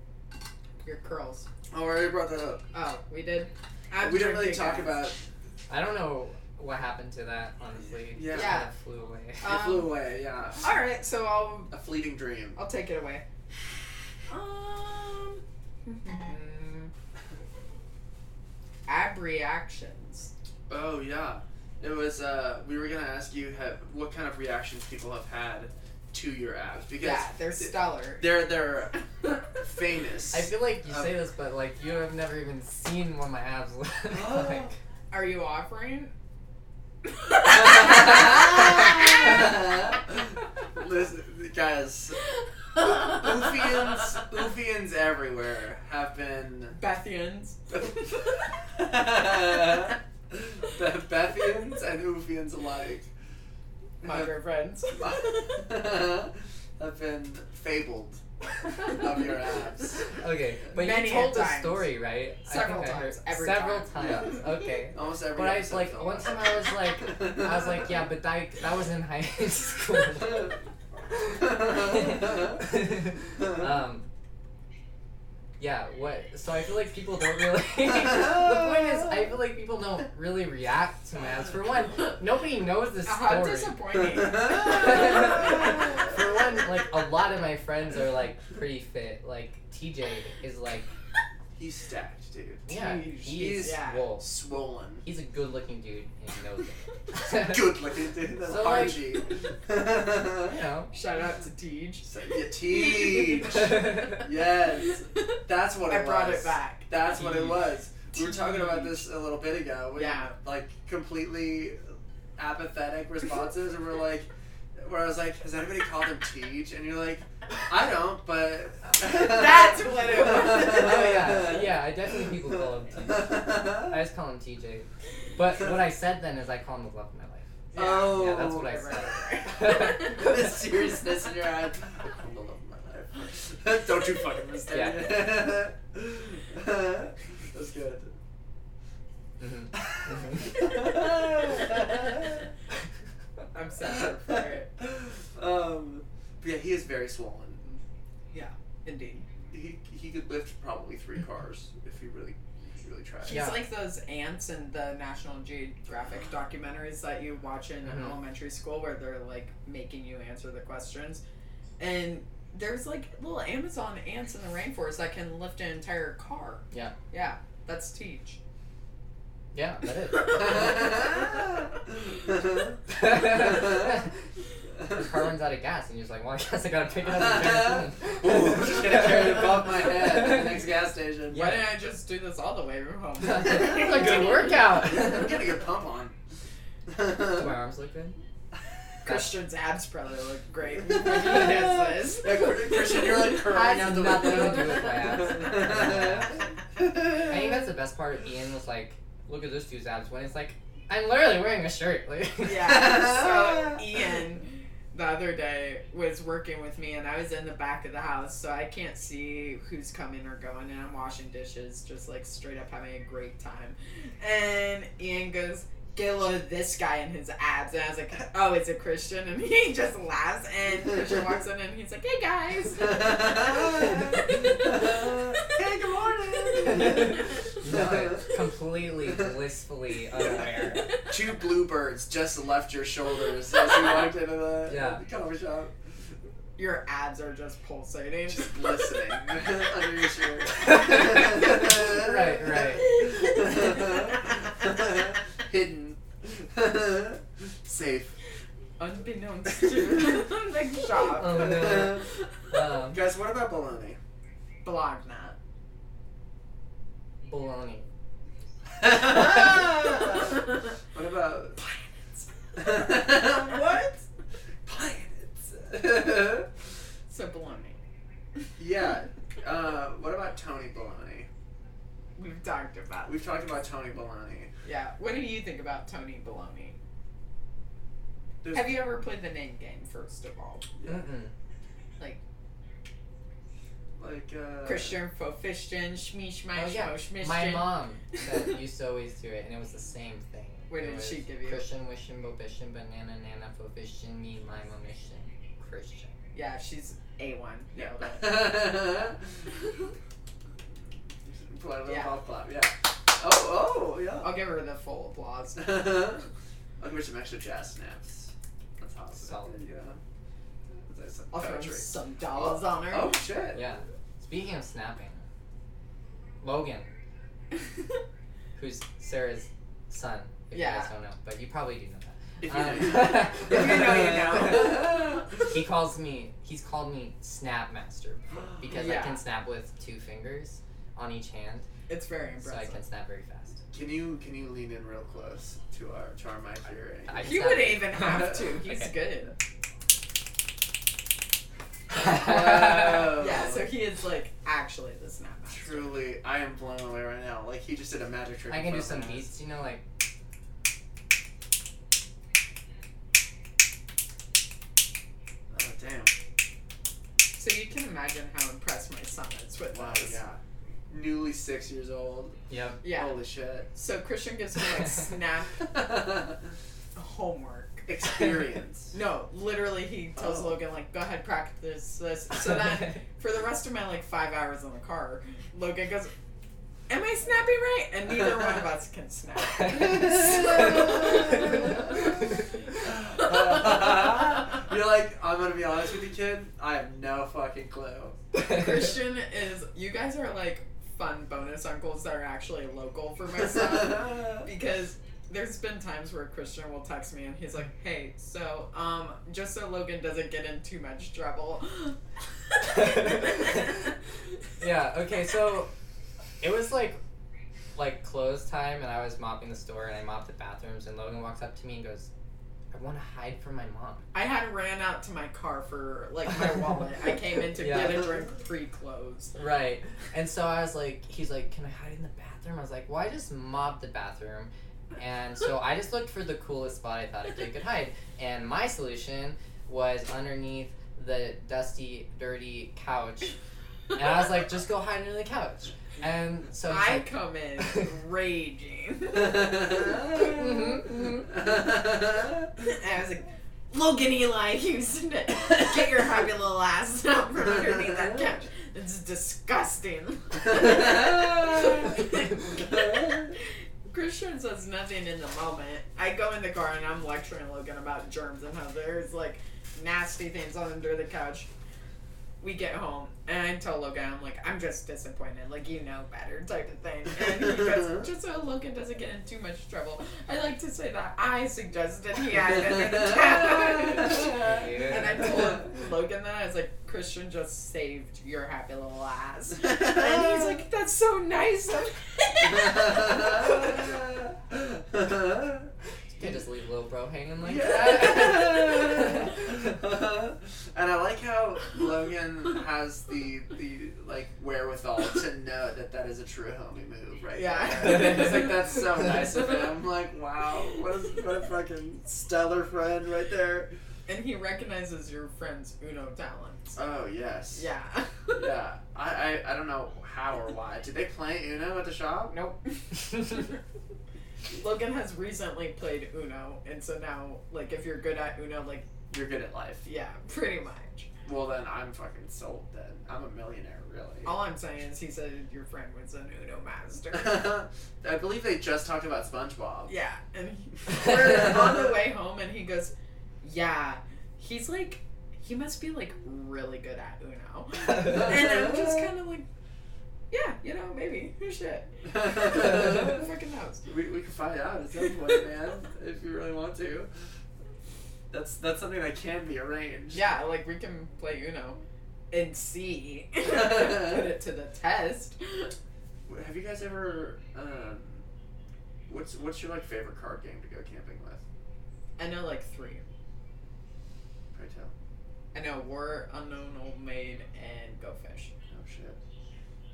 S1: Your curls.
S3: I already brought that up.
S1: Oh, we did. I'm
S3: we didn't really
S1: drinking,
S3: talk
S1: guys.
S3: about.
S2: I don't know what happened to that, honestly.
S3: Yeah.
S2: It
S1: Yeah.
S2: kind of flew away.
S1: Um,
S3: it flew away. Yeah.
S1: All right, so I'll
S3: A fleeting dream.
S1: I'll take it away. Um, ab reactions.
S3: Oh yeah, it was. Uh, we were gonna ask you have, what kind of reactions people have had to your abs because
S1: Yeah, they're
S3: th-
S1: stellar.
S3: they're they're famous.
S2: I feel like you
S3: Um,
S2: say this, but like you have never even seen what my abs look
S1: Oh.
S2: like.
S1: Are you offering?
S3: Listen, guys, Oofians, Oofians everywhere have been.
S1: Bethians.
S3: Be- Bethians and Oofians alike
S1: My
S3: have,
S1: good friends.
S3: have been fabled of your abs.
S2: Okay, but
S1: Many
S2: you told the
S1: times.
S2: story, right?
S1: Several
S2: I think
S1: times,
S2: I heard
S1: every
S2: several
S1: time.
S2: times.
S1: Yeah.
S2: Okay.
S3: Almost every
S2: But I was
S3: episode
S2: like,
S3: felt
S2: one time I was like, I was like, yeah, but that that was in high school. um, yeah, what? So I feel like people don't really. the point is, I feel like people don't really react to mass. For one, nobody knows this
S1: How
S2: story.
S1: disappointing.
S2: For one, like a lot of my friends are like pretty fit. Like TJ is like,
S3: He's stacked, dude.
S2: yeah,
S1: Jeez,
S2: he's
S1: yeah.
S2: swole.
S3: Swollen.
S2: He's a good-looking dude and he knows it.
S3: Good looking dude. That's
S2: So, like-
S3: Archie.
S2: you know.
S1: Shout out to Deej.
S3: So you teach. yes. That's what
S1: I
S3: it
S1: brought
S3: was.
S1: it back.
S3: That's what it was. We were talking about
S1: Teach.
S3: this a little bit ago. We
S1: Yeah.
S3: Like completely apathetic responses, and we're like, where I was like, has anybody called him Teach? And you're like, I don't, but.
S1: That's what it was.
S2: oh yeah, yeah. I definitely people call him. TJ. I just call him TJ. But what I said then is I call him the love of my life.
S3: Oh,
S2: Yeah, that's what I said.
S3: the seriousness in your eyes. I'm the love of my life. Don't you fucking mistake it. That's good.
S2: Mhm.
S3: Mm-hmm.
S1: I'm sad for it.
S3: Um, but yeah, he is very swollen.
S1: Indeed.
S3: He he could lift probably three cars if he really if he really tried.
S1: He's
S2: Yeah.
S1: like those ants in the National Geographic documentaries that you watch in
S2: Mhm.
S1: elementary school where they're like making you answer the questions. And there's like little Amazon ants in the rainforest that can lift an entire car.
S2: Yeah.
S1: Yeah. That's teach.
S2: yeah, that is. Your car runs out of gas, and you're just like, well, I guess I gotta pick it up and carry it home.
S3: Ooh, I'm just gonna carry it above my head to the next gas station.
S1: Why
S2: Yeah.
S1: didn't I just do this all the way from home?
S2: It's a good workout.
S3: I'm getting a pump on.
S2: Do my arms look good?
S1: Christian's abs probably look great. when he does this.
S3: Yeah, Christian- Christian, you're like curling
S1: Has
S3: out the
S1: nothing
S3: window.
S1: to do with my
S2: abs. I think that's the best part. Ian was like, look at this dude's abs. When it's like, I'm literally wearing a shirt. Like,
S1: Yeah. So Ian the other day was working with me and I was in the back of the house so I can't see who's coming or going and I'm washing dishes just like straight up having a great time. And Ian goes, Get a load of this guy and his abs and I was like, Oh, it's a Christian and he just laughs and Christian walks in and he's like, Hey guys
S3: Hey, good morning.
S2: No, completely blissfully unaware.
S3: Two bluebirds just left your shoulders as you walked into the
S2: Yeah.
S3: coffee shop.
S1: Your abs are just pulsating.
S3: Just listening under your shirt.
S2: Right,
S1: right.
S3: Hidden. Safe.
S1: Unbeknownst to the next shop.
S2: Oh, no. Um,
S3: Guys, what about bologna?
S1: Bologna.
S2: baloney.
S3: what about
S1: what?
S3: planets?
S1: So bologna.
S3: yeah. Uh, what about Tony Bologna?
S1: We've talked about.
S3: We've talked about Tony Bologna.
S1: Yeah. What do you think about Tony Bologna?
S3: There's-
S1: Have you ever played the name game? First of all,
S2: Mm-mm.
S3: like uh,
S1: Christian Fofishton, Schmish,
S2: Oh, yeah.
S1: Schmosh,
S2: My mom that used to always do it, and it was the same thing.
S1: What
S2: It
S1: did
S2: was
S1: she give you?
S2: Christian, wishing, bobishin, banana, nana, fofishin, me, my momission. Christian.
S1: Yeah, she's a one.
S3: Yeah.
S1: Nailed it.
S3: Play a little
S1: Yeah.
S3: golf clap. Yeah. Oh, oh, yeah.
S1: I'll give her the full applause.
S3: I'll give her some extra jazz snaps. That's awesome.
S2: Solid.
S3: Yeah. That's some
S1: I'll throw
S3: poetry.
S1: some dollars on her.
S3: Oh shit.
S2: Yeah. Speaking of snapping, Logan, Oh. who's Sarah's son, if
S1: Yeah.
S2: you guys don't know, but you probably do know that.
S3: If you
S2: Um,
S3: know, you know.
S1: If you know, you know.
S2: he calls me. He's called me Snap Master because I
S1: Yeah.
S2: can snap with two fingers on each hand,
S1: It's very
S2: so I
S1: impressive.
S2: can snap very fast.
S3: Can you can you lean in real close to our to our mic here?
S1: he
S2: I can snap.
S1: wouldn't even have to. He's
S2: Okay.
S1: good.
S3: Wow.
S1: Yeah, so he is like actually the snap master.
S3: Truly, I am blown away right now. Like he just did a magic trick.
S2: I
S3: in
S2: can do some
S3: front of my eyes.
S2: beats, you know, like.
S3: Oh damn!
S1: So you can imagine how impressed my son is with
S3: Wow,
S1: this.
S3: yeah. Newly six years old.
S2: Yep.
S1: Yeah.
S3: Holy shit.
S1: So Christian gives him like snap homework.
S3: Experience.
S1: No, literally, he tells
S3: Oh.
S1: Logan like, "Go ahead, practice this." So then, for the rest of my like five hours in the car, Logan goes, "Am I snapping right?" And neither one of us can snap.
S3: You're like, I'm gonna be honest with you, kid. I have no fucking clue.
S1: Christian is. You guys are like fun bonus uncles that are actually local for my son. because there's been times where Christian will text me and he's like, "Hey, so um, just so Logan doesn't get in too much trouble."
S2: Yeah. Okay. So, it was like, like close time, and I was mopping the store, and I mopped the bathrooms, and Logan walks up to me and goes, "I want to hide from my mom."
S1: I had ran out to my car for like my wallet. I came in to
S2: Yeah.
S1: get a drink pre-closed.
S2: Right. And so I was like, he's like, can I hide in the bathroom? I was like, well, I just mopped the bathroom. And so I just looked for the coolest spot I thought I could, could hide. And my solution was underneath the dusty, dirty couch. And I was like, just go hide under the couch. And so he's
S1: I
S2: like,
S1: come in raging.
S2: Mm-hmm,
S1: Mm-hmm. And I was like, Logan Eli Houston, get your happy little ass out from underneath that couch. It's disgusting. Christian says nothing in the moment. I go in the car and I'm lecturing Logan about germs and how there's like nasty things under the couch. We get home and I tell Logan, I'm like, I'm just disappointed, like you know better type of thing. And he goes, just so Logan doesn't get in too much trouble. I like to say that I suggested he had it in the couch. And I told Logan that I was like, Christian just saved your happy little ass. And he's like, that's so nice of him.
S2: you just leave little bro hanging like
S3: Yeah.
S2: that.
S3: and I like how Logan has the the like wherewithal to know that that is a true homie move, right?
S1: Yeah.
S3: there. It's like that's so nice of him. I'm like, wow, what a, what a fucking stellar friend right there.
S1: and he recognizes your friend's Uno talents.
S3: Oh yes.
S1: Yeah.
S3: Yeah. I, I I don't know how or why. Did they play Uno at the shop?
S1: Nope. Logan has recently played Uno, and so now, like, if you're good at Uno, like,
S3: You're good at life.
S1: yeah, pretty much.
S3: Well then, I'm fucking sold. Then I'm a millionaire, really.
S1: All I'm saying is he said your friend was an Uno master.
S3: I believe they just talked about SpongeBob.
S1: yeah, and he- we're on the way home, and he goes, "Yeah, he's like, he must be like really good at Uno." And I'm just kind of like, yeah, you know, maybe. Shit. Who fucking knows?
S3: we, we can find out at some point, man, if you really want to. That's that's something that can be arranged.
S1: Yeah, like we can play Uno and see. Put it to the test.
S3: Have you guys ever? Um, what's what's your like favorite card game to go camping with?
S1: I know like three.
S3: Pray tell.
S1: I know War, Unknown Old Maid, and Go Fish.
S3: Oh shit.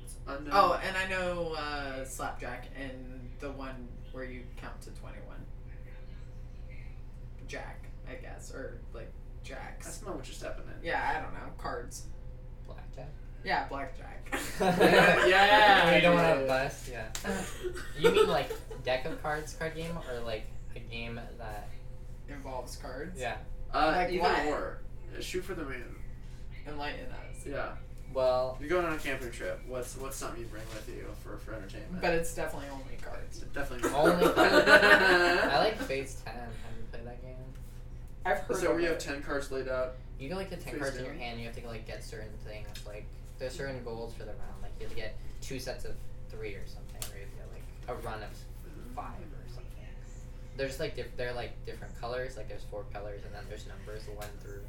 S3: It's unknown.
S1: Oh, and I know uh, Slapjack and the one where you count to 21. Jack, I guess, or like
S3: I
S1: Jacks.
S3: smell what you're stepping in.
S1: Yeah, I don't know. Cards.
S2: Blackjack.
S1: Yeah, Blackjack.
S3: Yeah, yeah.
S2: You don't want to bust. Yeah.
S1: Uh,
S2: You mean like deck of cards card game or like a game that
S1: involves cards?
S2: yeah.
S3: Uh,
S1: Like
S3: either
S1: what?
S3: or. Shoot for the moon.
S1: Enlighten us.
S3: Yeah.
S2: Well,
S3: You're going on a camping trip. What's what's something you bring with you for for entertainment?
S1: But it's definitely only cards.
S3: Definitely.
S2: Only- I
S1: I
S2: like Phase Ten. Have you played that game?
S1: I've heard
S3: So
S1: of
S3: we
S1: it.
S3: have ten cards laid out.
S2: You get like the ten
S3: Phase
S2: cards in your
S3: 10?
S2: hand. You have to like get certain things. Like there's certain goals for the round. Like you have to get two sets of three or something, or you have to get like a run of five or something. There's like diff- they're like different colors. Like there's four colors, and then there's numbers one through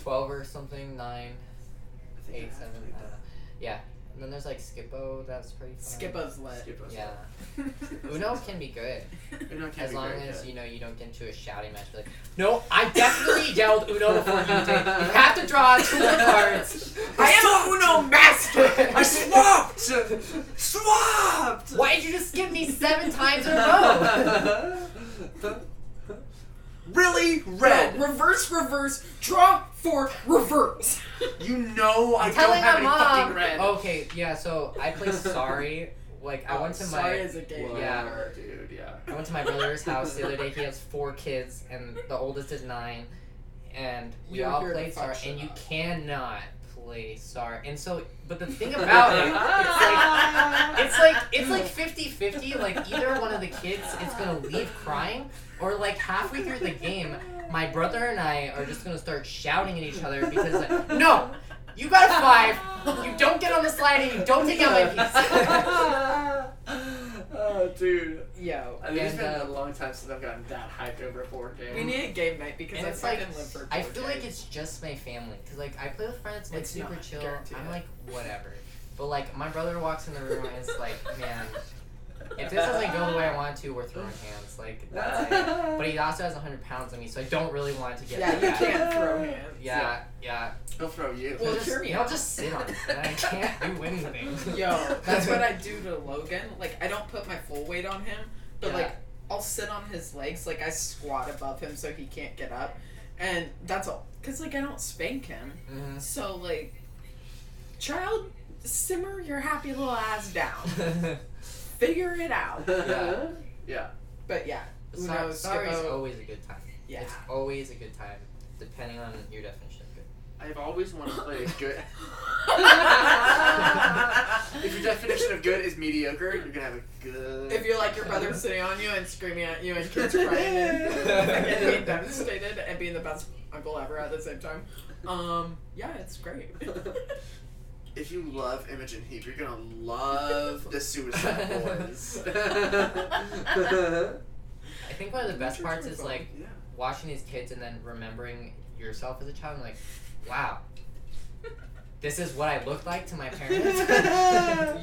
S2: twelve or something, nine,
S3: I think I
S2: eight,
S3: have
S2: seven. uh,
S3: played
S2: I don't know. Yeah, and then there's like Skippo. That's pretty fun.
S1: Skippo's
S3: that.
S1: lit.
S3: Skip us.
S2: Yeah. Uno can be good
S3: Uno can
S2: as
S3: be
S2: long
S3: very
S2: as
S3: good.
S2: you know you don't get into a shouting match. Like, no, I definitely yelled Uno before you did. You have to draw two of the cards.
S1: I am Uno master.
S3: I swapped! Swapped!
S2: Why did you just skip me seven times in a row?
S3: really?
S1: No,
S3: Red!
S1: reverse, reverse, draw for reverse.
S3: You know I
S2: I'm
S3: don't
S2: telling
S3: have
S2: my
S3: any
S2: mom. Oh,
S3: fucking red.
S2: Okay, yeah. So I play Sorry. Like
S1: Oh,
S2: I went to my
S1: Sorry as a gay
S3: Whoa,
S2: Yeah.
S3: dude, yeah.
S2: I went to my brother's house the other day. He has four kids, and the oldest is nine. And we
S1: You're
S2: all
S1: here to
S2: played
S1: fuck
S2: SAR,
S1: shit
S2: and you
S1: up.
S2: cannot play SAR. And so, but the thing about it, it's like. It's like it's like 50-50 like either one of the kids is going to leave crying or like halfway through the game my brother and I are just going to start shouting at each other because like, no you got a 5 you don't get on the slide and you don't take out my piece
S3: oh, dude.
S1: Yo,
S3: I think it's
S2: And,
S3: been
S2: uh,
S3: a long time since I've gotten that hyped over a board game.
S1: we need a game night because
S2: And
S1: I
S2: it's like,
S1: fucking live for.
S2: I
S1: board
S2: feel like
S1: games.
S2: it's just my family because like I play with friends, like
S1: It's
S2: super
S1: not,
S2: chill.
S1: guarantee
S2: I'm
S1: it.
S2: like whatever, but like my brother walks in the room and it's like, man, if this doesn't go the way I want it to, we're throwing hands. Like that's it. But he also has 100 pounds on me, so I don't really want it to get.
S1: yeah, you
S2: bad.
S1: can't throw hands.
S2: Yeah, yeah.
S3: He'll throw you.
S1: Well,
S2: just,
S1: hear me
S2: I'll
S1: out.
S2: just sit on it. And I can't do anything.
S1: Yo, that's what I do to Logan. Like, I don't put my full weight on him, but
S2: Yeah.
S1: like, I'll sit on his legs. Like, I squat above him so he can't get up, and that's all. Cause like, I don't spank him.
S2: Mm-hmm.
S1: So like, child, simmer your happy little ass down.
S2: Mhm.
S1: Figure it out.
S2: Yeah.
S3: Yeah.
S1: But yeah, who
S2: Sor-
S1: knows?
S2: sorry's
S1: Skippo-
S2: always a good time.
S1: yeah.
S2: It's always a good time, depending on your definition of good.
S3: I've always wanted to play a good. if your
S1: if
S3: definition of good is mediocre, you're gonna have a good.
S1: you're like your brother sitting on you and screaming at you and kids crying and, and being devastated and being the best uncle ever at the same time, um, yeah, it's great.
S3: If you love Imogen Heap, you're gonna love the Suicide Boys.
S2: I think one of the best parts is like
S3: yeah.
S2: watching these kids and then remembering yourself as a child and like, wow, this is what I looked like to my parents.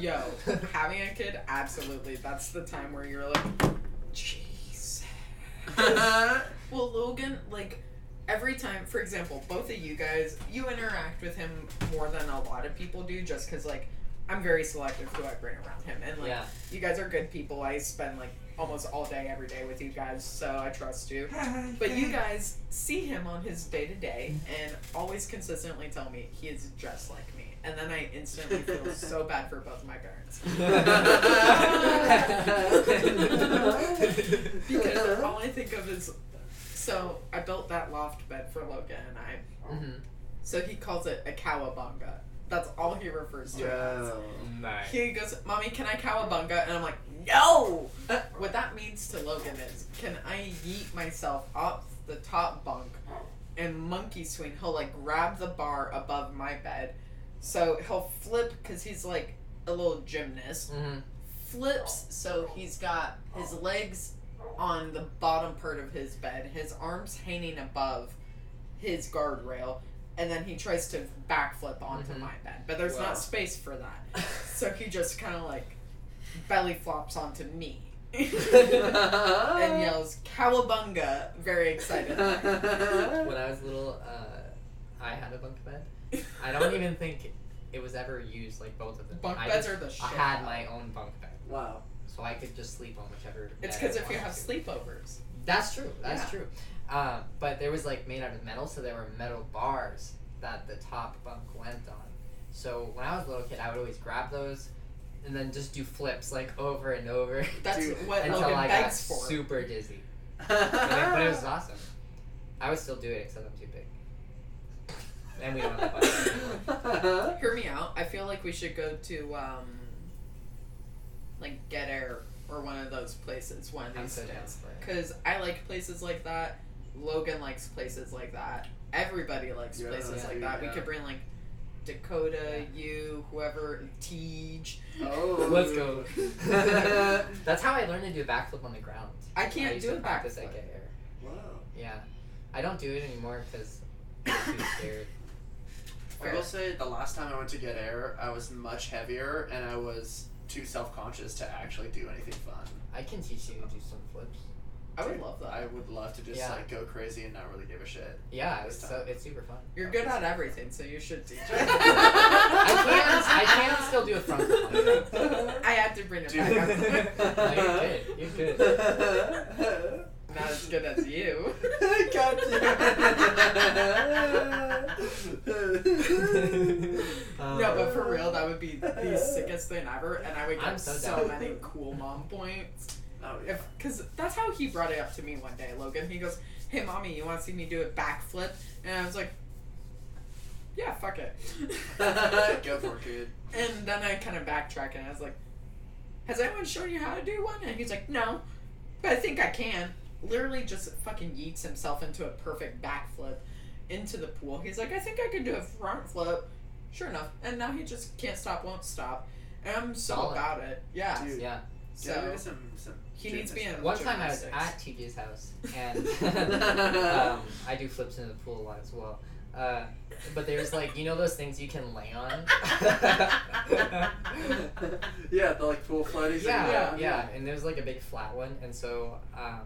S1: Yo, having a kid, absolutely. That's the time where you're like, jeez. Well, Logan, like every time, for example, both of you guys, you interact with him more than a lot of people do, just because like I'm very selective who I bring around him, and like
S2: yeah.
S1: you guys are good people. I spend like almost all day every day with you guys, so I trust you. But you guys see him on his day to day, and always consistently tell me he is just like me, and then I instantly feel so bad for both my parents. Because
S3: Uh-huh.
S1: all I think of is so I built that loft bed for Logan and I
S2: Mhm.
S1: so he calls it a cowabunga. That's all he refers to it
S3: Yo.
S1: as.
S2: Nice.
S1: He goes, Mommy, can I cowabunga? And I'm like, No Uh, What that means to Logan is can I yeet myself off the top bunk and monkey swing? He'll like grab the bar above my bed. So he'll flip because he's like a little gymnast
S2: Mhm.
S1: flips so he's got his legs on the bottom part of his bed, his arms hanging above his guardrail, and then he tries to backflip onto
S2: Mhm.
S1: my bed. But there's
S3: Wow.
S1: not space for that. So he just kind of like belly flops onto me and yells, Cowabunga, very excited.
S2: When I was little, uh, I had a bunk bed. I don't even think it was ever used, like both of them.
S1: Bunk
S2: I
S1: beds
S2: just-
S1: are the shit.
S2: I had my own bunk bed,
S3: Wow.
S2: so I could just sleep on whichever.
S1: It's
S2: bed I
S1: because if you
S2: wanted
S1: have
S2: to.
S1: sleepovers.
S2: That's true. That's
S1: Yeah.
S2: true. Um, but there was like made out of metal, so there were metal bars that the top bunk went on. So when I was a little kid, I would always grab those, and then just do flips like over and over
S1: That's
S3: Dude,
S1: what
S2: until
S1: Logan
S2: I got
S1: begs for.
S2: super dizzy. But, like, but it was
S3: But
S2: awesome. I would still do it except I'm too big, and we don't have a bus anymore.
S1: Hear me out. I feel like we should go to um, like Get Air or one of those places one of
S2: I'm
S1: these
S2: so down
S1: days.
S2: for it.
S1: Because I like places like that. Logan likes places like that. Everybody likes
S3: Yeah,
S1: places like
S3: dude,
S1: that. We
S3: yeah.
S1: could bring like Dakota, you, whoever, Tej.
S3: oh.
S2: Let's go. That's how I learned to do a backflip on the ground.
S1: I can't
S2: used
S1: do
S2: to
S1: a
S2: practice
S1: backflip.
S2: at Get Air.
S3: Whoa.
S2: Yeah, I don't do it anymore because scared.
S3: I will say the last time I went to get air, I was much heavier and I was too self conscious to actually do anything fun.
S2: I can teach you to do some flips.
S1: I would love that.
S3: I would love to just
S2: Yeah.
S3: like go crazy and not really give a shit.
S2: Yeah,
S3: This
S2: it's so
S3: time.
S2: it's super fun.
S1: You're good at everything, so you should teach it.
S2: I can I can still do a front flip.
S1: I had to bring it back up.
S2: No, you're good. You're
S3: good.
S1: Not as good as you.
S3: Got you.
S1: No, but for real, that would be the sickest thing ever, and I would get
S2: I'm
S1: so,
S2: so down.
S1: many cool mom points.
S3: Oh, yeah.
S1: If because that's how he brought it up to me one day, Logan. He goes, "Hey, mommy, you want to see me do a backflip?" And I was like, "Yeah, fuck it."
S3: Go for it, kid.
S1: And then I kind of backtrack, and I was like, "Has anyone shown you how to do one?" And he's like, "No, but I think I can." Literally, just fucking yeets himself into a perfect backflip into the pool. He's like, "I think I can do a front flip." Sure enough, and now he just can't stop, won't stop. And I'm so
S2: Solid.
S1: about it. Yeah.
S3: Dude,
S2: Yeah.
S1: so
S3: Give me some, some
S1: he needs
S3: gymnast
S1: me in-
S2: One time I was
S1: Gymnastics.
S2: at TJ's house and um,
S3: stuff.
S2: I do flips into the pool a lot as well. Uh, but there's like you know those things you can lay on.
S3: yeah, the like pool floaties.
S2: yeah,
S1: Yeah.
S2: yeah. And there's like a big flat one, and so um,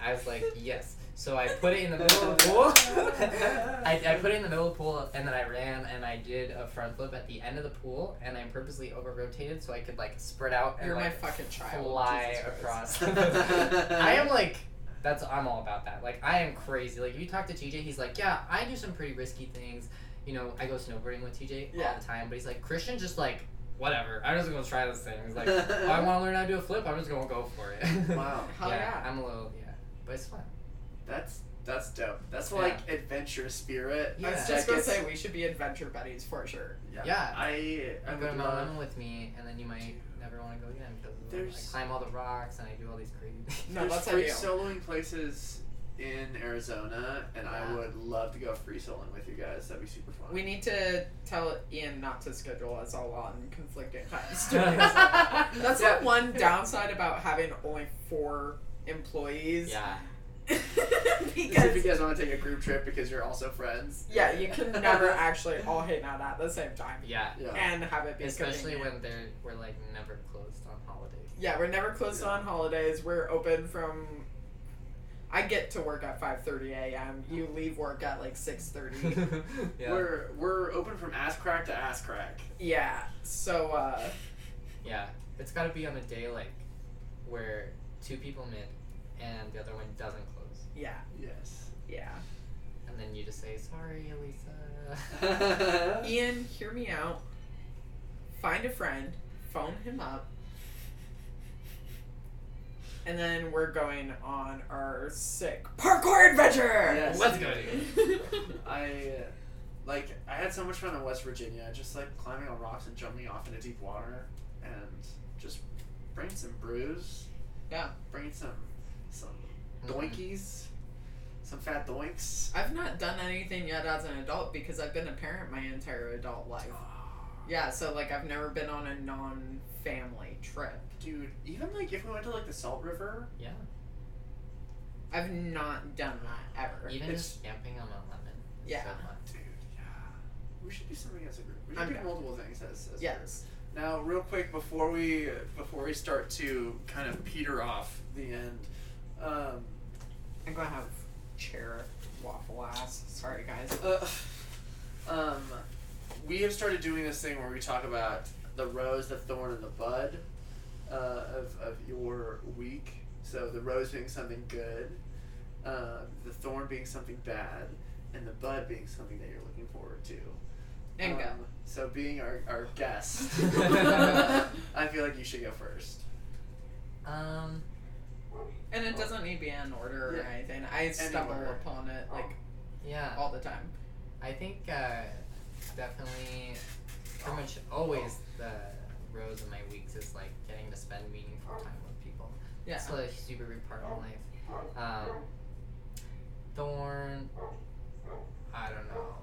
S2: I was like, yes. So I put it in the middle
S3: Oh,
S2: of the pool. I, I put it in the middle of the pool, and then I ran and I did a front flip at the end of the pool, and I purposely over rotated so I could like spread out and
S1: You're my
S2: like
S1: fucking child.
S2: fly
S1: Jesus Christ.
S2: across. I am like, that's I'm all about that. Like I am crazy. Like if you talk to TJ, he's like, yeah, I do some pretty risky things. You know, I go snowboarding with TJ
S1: Yeah.
S2: all the time, but he's like Christian, just like whatever. I'm just gonna try this thing. He's like, "Oh, I want to learn how to do a flip. I'm just gonna go for it.
S3: Wow,
S1: Hell
S2: yeah,
S1: yeah.
S2: I'm a little yeah, but it's fun.
S3: that's that's dope. That's like adventure spirit.
S1: I was just
S2: Yeah.
S1: gonna
S3: That gets-
S1: say we should be adventure buddies for sure.
S2: Yeah.
S3: I I
S2: You go to
S3: would
S2: Mount
S3: love.
S2: Lemon with me, and then you might never want to go again because
S3: There's-
S2: I climb all the rocks and I do all these crazy. things.
S1: No,
S3: There's
S1: that's
S3: free
S1: ideal.
S3: soloing places in Arizona, and I
S2: Yeah.
S3: would love to go free soloing with you guys. That'd be super fun.
S1: We need to tell Ian not to schedule us all on conflicting times. during this.
S2: That's
S1: That's the one downside about having only four employees.
S2: Yeah.
S3: if you
S1: because
S3: guys want to take a group trip because you're also friends.
S1: yeah, you can never actually all hang out at the same time
S2: Yeah.
S3: Yeah.
S1: and have it be
S2: Especially
S1: convenient.
S2: when they're we're like never closed on holidays.
S1: yeah, we're never closed
S3: Yeah.
S1: on holidays. We're open from. I get to work at five thirty a.m. You leave work at like six thirty.
S2: yeah.
S3: We're we're open from ass crack to ass crack.
S1: yeah, so uh,
S2: yeah. It's got to be on a day like where two people meet and the other one doesn't close,
S1: yeah,
S3: Yes.
S1: yeah.
S2: and then you just say sorry, Elisa.
S3: yeah.
S1: Ian, hear me out. Find a friend, phone him up, and then we're going on our sick parkour adventure.
S3: Yes.
S2: Let's go. dude.
S3: I uh, like I had so much fun in West Virginia, just like climbing on rocks and jumping off into deep water, and just bringing some brews.
S1: Yeah. Mm-hmm.
S3: Bringing some some
S2: Mm-hmm.
S3: doinkies, some fat doinks.
S1: I've not done anything yet as an adult because I've been a parent my entire adult life. Yeah, so like I've never been on a non-family trip.
S3: Dude, even like if we went to like the Salt River,
S2: Yeah.
S1: I've not done that ever.
S2: Even
S3: It's-
S2: just camping on Mount Lemon. is
S1: Yeah.
S2: So fun.
S3: dude, yeah. We should do something as a group. We should
S1: I'm
S3: do
S1: down.
S3: multiple things as, as a group.
S1: Yes.
S3: Now, real quick before we before we start to kind of peter off the end, um,
S1: I'm gonna have chair waffle ass. Sorry guys.
S3: uh, um, we have started doing this thing where we talk about the rose, the thorn, and the bud uh, of of your week. So the rose being something good, uh, the thorn being something bad, and the bud being something that you're looking forward to.
S1: And go.
S3: Um, So being our, our guest, I feel like you should go first.
S2: Um.
S1: And it doesn't need to be in order or
S3: Yeah. Oh.
S1: anything. I stumble
S3: order.
S1: upon it like
S2: Yeah.
S1: all the time.
S2: I think uh, definitely pretty much always the rose of my weeks is like getting to spend meaningful time with people.
S1: Yeah.
S2: It's a super big part of my life. Um, thorn, I don't know.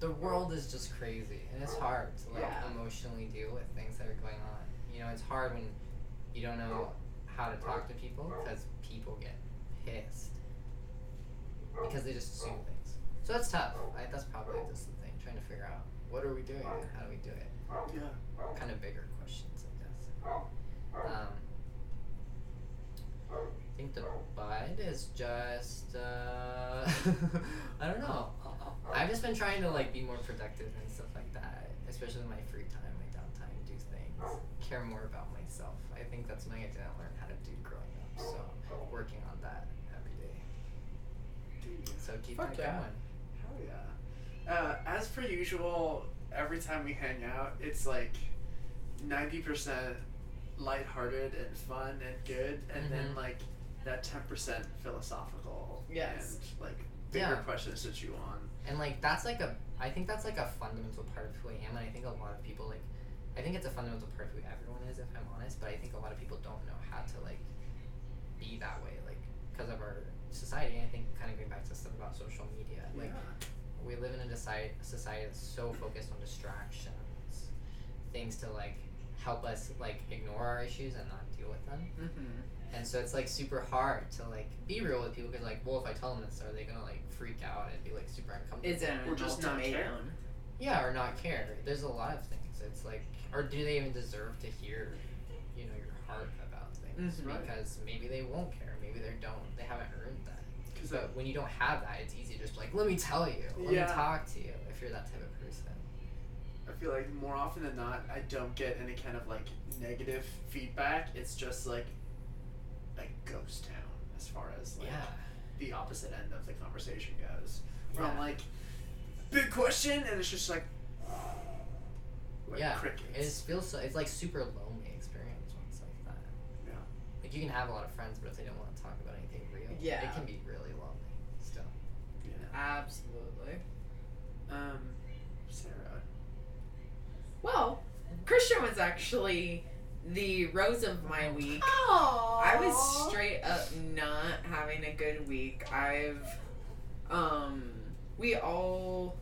S2: The world is just crazy, and it's hard to like
S1: Yeah.
S2: emotionally deal with things that are going on. You know, it's hard when you don't know how to talk to people because people get pissed because they just assume things. So that's tough. I, that's probably just the thing. Trying to figure out what are we doing and how do we do it.
S3: Oh, Yeah.
S2: Kind of bigger questions, I guess. Um, I think the bud is just. Uh, I don't know. I've just been trying to like be more productive and stuff like that, especially in my free time, my downtime, do things, care more about myself. I think that's something I didn't learn how to do growing up. So working on that every day.
S3: Dude,
S2: So keep
S1: Fuck
S2: that
S1: yeah.
S2: going.
S3: Hell yeah. Uh, as per usual, every time we hang out, it's like 90% lighthearted and fun and good, and then
S2: Mhm.
S3: like that 10% philosophical
S1: Yes.
S3: and like bigger
S2: Yeah.
S3: questions that you on.
S2: and like that's like a i think that's like a fundamental part of who i am and i think a lot of people like i think it's a fundamental part of who everyone is if i'm honest but i think a lot of people don't know how to like be that way like because of our society and i think kind of going back to stuff about social media like we live in a society, society that's so focused on distractions things to like help us like ignore our issues and not deal with them
S1: Mm-hmm.
S2: and so it's like super hard to like be real with people because like well if i tell them this are they gonna like freak out and be like super uncomfortable
S1: Is it an
S3: Or just not
S1: ultimatum?
S3: care.
S2: yeah, or not care. There's a lot of things. It's like, or do they even deserve to hear, you know, your heart about things?
S1: Mhm.
S3: Mm-hmm.
S1: Right.
S2: Because maybe they won't care. Maybe they don't. They haven't earned that.
S3: Because
S2: But when you don't have that, it's easy to just like, let me tell you. Let
S3: Yeah.
S2: me talk to you. If you're that type of person.
S3: I feel like more often than not, I don't get any kind of like negative feedback. It's just like a ghost town as far as like
S2: yeah.
S3: the opposite end of the conversation goes. Where I'm
S2: Yeah.
S3: like, big question, and it's just like, like
S2: Yeah,
S3: crickets.
S2: It just feels so. It's like super lonely experience when it's like that.
S3: Yeah.
S2: Like you can have a lot of friends, but if they don't want to talk about anything real,
S1: Yeah.
S2: it can be really lonely. Still.
S3: yeah.
S1: Absolutely.
S3: Um, Sarah.
S1: Well, Christian was actually the rose of my week.
S3: Oh.
S1: I was straight up not having a good week. I've um we all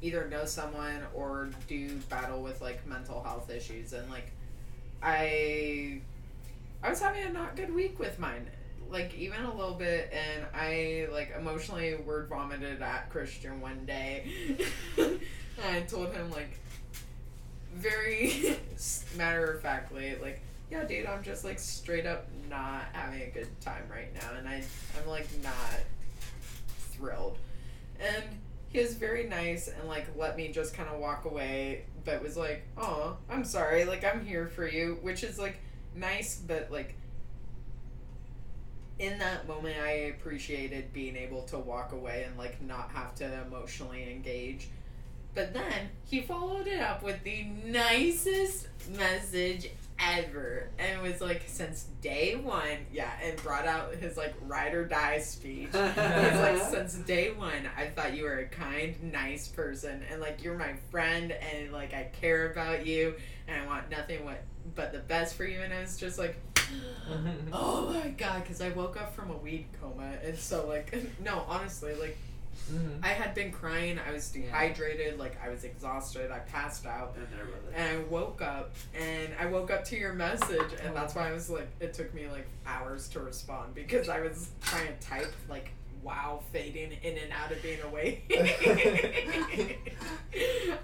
S1: either know someone or do battle with like mental health issues and like I I was having a not good week with mine. Like even a little bit and I like emotionally word vomited at Christian one day. and I told him like very matter of factly like yeah, dude, I'm just like straight up not having a good time right now, and I I'm like not thrilled. And he was very nice and like let me just kind of walk away, but was like, "Oh, I'm sorry, like I'm here for you," which is like nice, but like in that moment, I appreciated being able to walk away and like not have to emotionally engage. But then he followed it up with the nicest message ever and was like since day one yeah and brought out his like ride or die speech He's like, since day one, I thought you were a kind, nice person, and like you're my friend, and like I care about you, and I want nothing what, but the best for you. And I was just like, oh my god, because I woke up from a weed coma, and so like, no, honestly, like
S3: Mm-hmm.
S1: I had been crying, I was
S2: Yeah.
S1: dehydrated, like I was exhausted, I passed out.
S3: And there with it.
S1: And I woke up, and I woke up to your message, and
S2: Oh.
S1: that's why I was like, it took me like hours to respond because I was trying to type like, wow, fading in and out of being awake.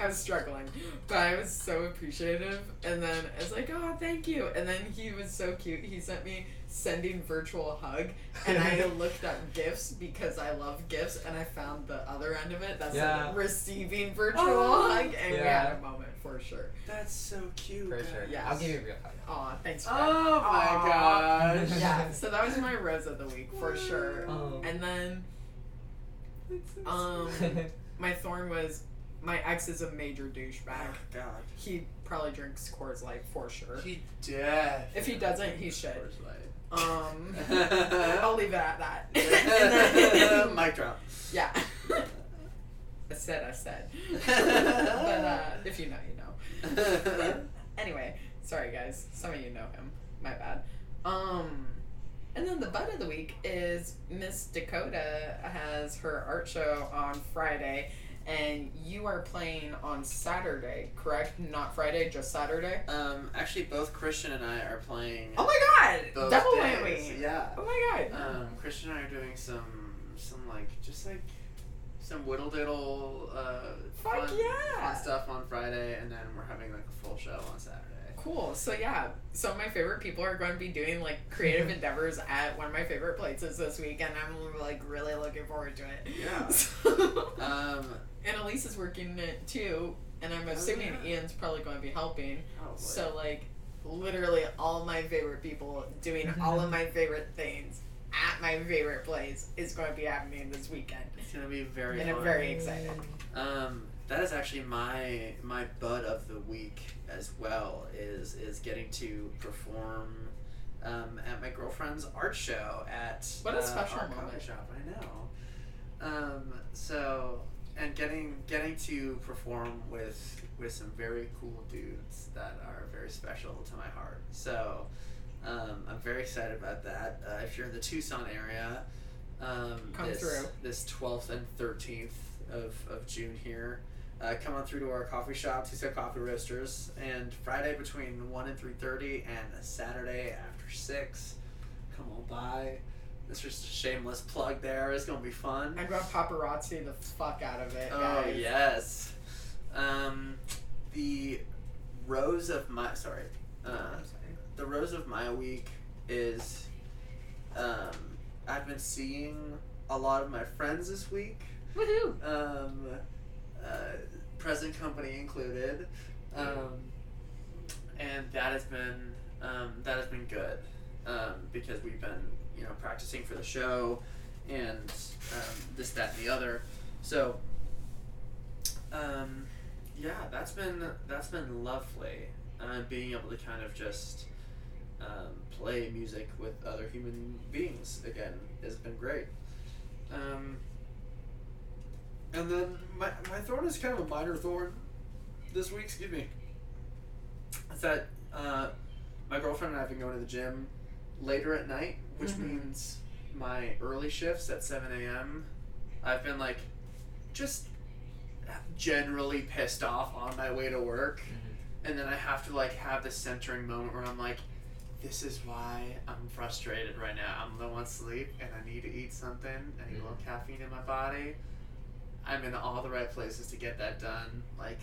S1: I was struggling, but I was so appreciative. And then I was like, oh, thank you. And then he was so cute. He sent me sending virtual hug, and I looked up gifts because I love gifts, and I found the other end of it. That's
S2: Yeah.
S1: like receiving virtual
S3: Oh.
S1: hug, and we
S2: Yeah.
S1: had a moment for sure.
S3: That's so cute.
S2: For
S3: guys.
S2: sure.
S1: Yes.
S2: I'll give you a real hug.
S1: Aw, thanks for that.
S3: Oh
S1: Aw.
S3: my gosh.
S1: Yeah, so that was my rose of the week for sure.
S2: Oh.
S1: And then
S3: That's so
S1: Um,
S3: sweet.
S1: my thorn was my ex is a major douchebag.
S3: Oh, God.
S1: He probably drinks Coors Light for sure.
S3: He dead.
S1: If he doesn't, he should. Um, I'll leave it at that. And then-
S3: Mic drop.
S1: yeah. I said, I said. but uh, if you know, you know. Anyway, sorry guys. Some of you know him. My bad. Um and then the butt of the week is Miss Dakota has her art show on Friday and you are playing on Saturday, correct? Not Friday, just Saturday.
S3: um, actually, both Christian and I are playing.
S1: Oh my god.
S3: both
S1: Double
S3: days.
S1: whammy.
S3: Yeah.
S1: Oh my god.
S3: Um, Christian and I are doing some, some like, just like some whittle diddle uh,
S1: Fuck
S3: fun,
S1: yeah.
S3: fun stuff on Friday, and then we're having like a full show on Saturday.
S1: Cool. So yeah, some of my favorite people are going to be doing like creative endeavors at one of my favorite places this week, and I'm like really looking forward to it.
S3: Yeah.
S1: So-
S3: Um,
S1: and Elise is working it too, and I'm
S3: Oh,
S1: assuming
S3: yeah.
S1: Ian's probably going to be helping.
S3: probably.
S1: So like, literally all my favorite people doing all of my favorite things at my favorite place is going to be happening this weekend,
S3: it's gonna be very.
S1: and I'm
S3: fun.
S1: very excited.
S3: Um, that is actually my my bud of the week as well. Is is getting to perform um, at my girlfriend's art show at
S1: What a
S3: uh,
S1: special
S3: art coffee
S1: moment.
S3: shop. I know. Um, so and getting getting to perform with with some very cool dudes that are very special to my heart. So um, I'm very excited about that. Uh, if you're in the Tucson area, um,
S1: Come
S3: this,
S1: through.
S3: this 12th and 13th of, of June here. Uh, come on through to our coffee shop, Tucson Coffee Roasters, and Friday between one and three thirty, and Saturday after six. Come on by. That's just a shameless plug. There, it's gonna be fun.
S1: I got paparazzi the fuck out of it.
S3: Oh
S1: guys.
S3: yes. Um, the rose of my sorry. Uh,
S1: I'm sorry.
S3: the rose of my week is um, I've been seeing a lot of my friends this week,
S1: Woohoo!
S3: um, uh, present company included, um, and that has been um, that has been good um, because we've been you know practicing for the show and um, this that and the other, so um, yeah, that's been that's been lovely. Uh, being able to kind of just um, play music with other human beings again has been great. Um, and then my, my thorn is kind of a minor thorn this week, excuse me. It's that uh, my girlfriend and I have been going to the gym later at night, which
S1: Mhm.
S3: means my early shifts at 7 a.m. I've been like just generally pissed off on my way to work and then I have to like have this centering moment where I'm like, this is why I'm frustrated right now. I'm low on sleep and I need to eat something. I need a little caffeine in my body. I'm in all the right places to get that done. Like,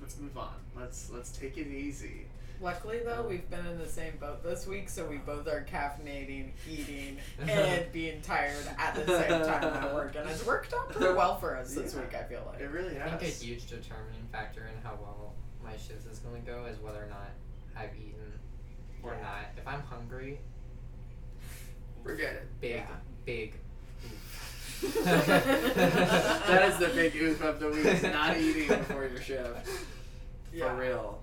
S3: let's move on. Let's let's take it easy.
S1: Luckily, though, we've been in the same boat this week, so we both are caffeinating, eating, and being tired at the same time at work. And it's worked out pretty well for us this
S3: Yeah.
S1: week, I feel
S3: It
S1: like.
S3: really
S2: I think a
S3: has.
S2: huge determining factor in how well my shift is going to go is whether or not I've eaten or
S3: Yeah.
S2: not. If I'm hungry,
S3: Forget
S1: Yeah.
S3: it.
S2: big, big.
S3: that is the big oof of the week. is Not eating before your shift.
S1: Yeah.
S3: For real.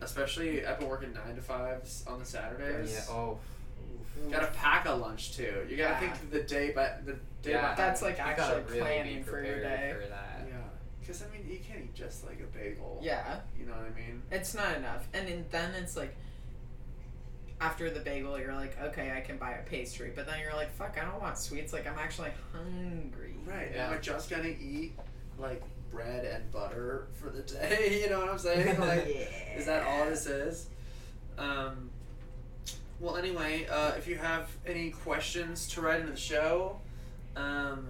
S3: Especially I've been working nine to fives on the Saturdays.
S2: Yeah. Oh.
S3: You gotta pack a lunch too. You gotta
S1: Yeah.
S3: think the day by the day
S2: Yeah.
S3: by.
S1: That's like
S2: You gotta
S1: actually
S2: really be
S1: planning for your
S2: prepared
S1: day.
S2: for
S3: Yeah.
S2: that. uh,
S3: Because I mean, you can't eat just like a bagel.
S1: Yeah,
S3: You know what I mean?
S1: it's not enough. And then- then it's like, after the bagel, you're like, okay, I can buy a pastry. But then you're like, fuck, I don't want sweets. Like, I'm actually hungry.
S3: Right.
S2: Yeah.
S3: Am I just gonna eat like bread and butter for the day? You know what I'm saying?
S2: Oh,
S3: Like,
S1: yeah.
S3: Is that all this is? Um, well, anyway, uh, if you have any questions to write into the show, um,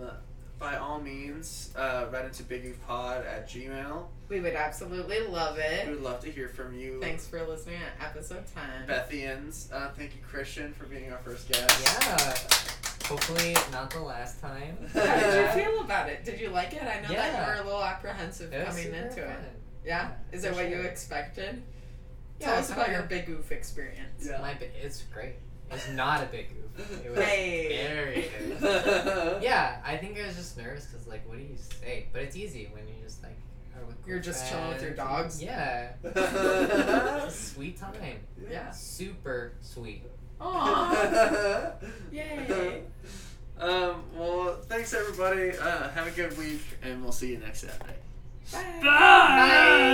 S3: by all means, uh, write into bigoofpod at gmail.
S1: We would absolutely love
S3: We
S1: it.
S3: would love to hear from you.
S1: Eh. Thanks for listening to episode 10.
S3: Bethians. Uh, thank you, Christian, for being our first guest.
S2: Yeah. Hopefully not the last time.
S1: How did you
S3: Yeah.
S1: feel about it? Did you like it? I know that
S2: Yeah.
S1: you were a little apprehensive
S2: It was
S1: coming
S2: super
S1: into it.
S2: fun.
S1: Yeah? Is it
S2: For
S1: what you
S2: sure.
S1: expected?
S2: Yeah,
S1: Tell
S2: I
S1: us about
S2: kinda-
S1: your big goof experience.
S2: My bi- it's great. It's not a big goof. It was
S1: Hey.
S2: very good.
S3: yeah.
S2: Yeah, I think I was just nervous because, like, what do you say? But it's easy when you're just like, are with
S1: You're
S2: cool
S1: just chilling with your
S2: friends.
S1: dogs?
S2: Yeah,
S1: Yeah.
S2: It's a sweet time.
S1: Yeah.
S2: Super sweet.
S1: Aww. Yay.
S3: Um, well, thanks everybody. Uh, have a good week, and we'll see you next Saturday.
S1: Bye.
S3: Bye.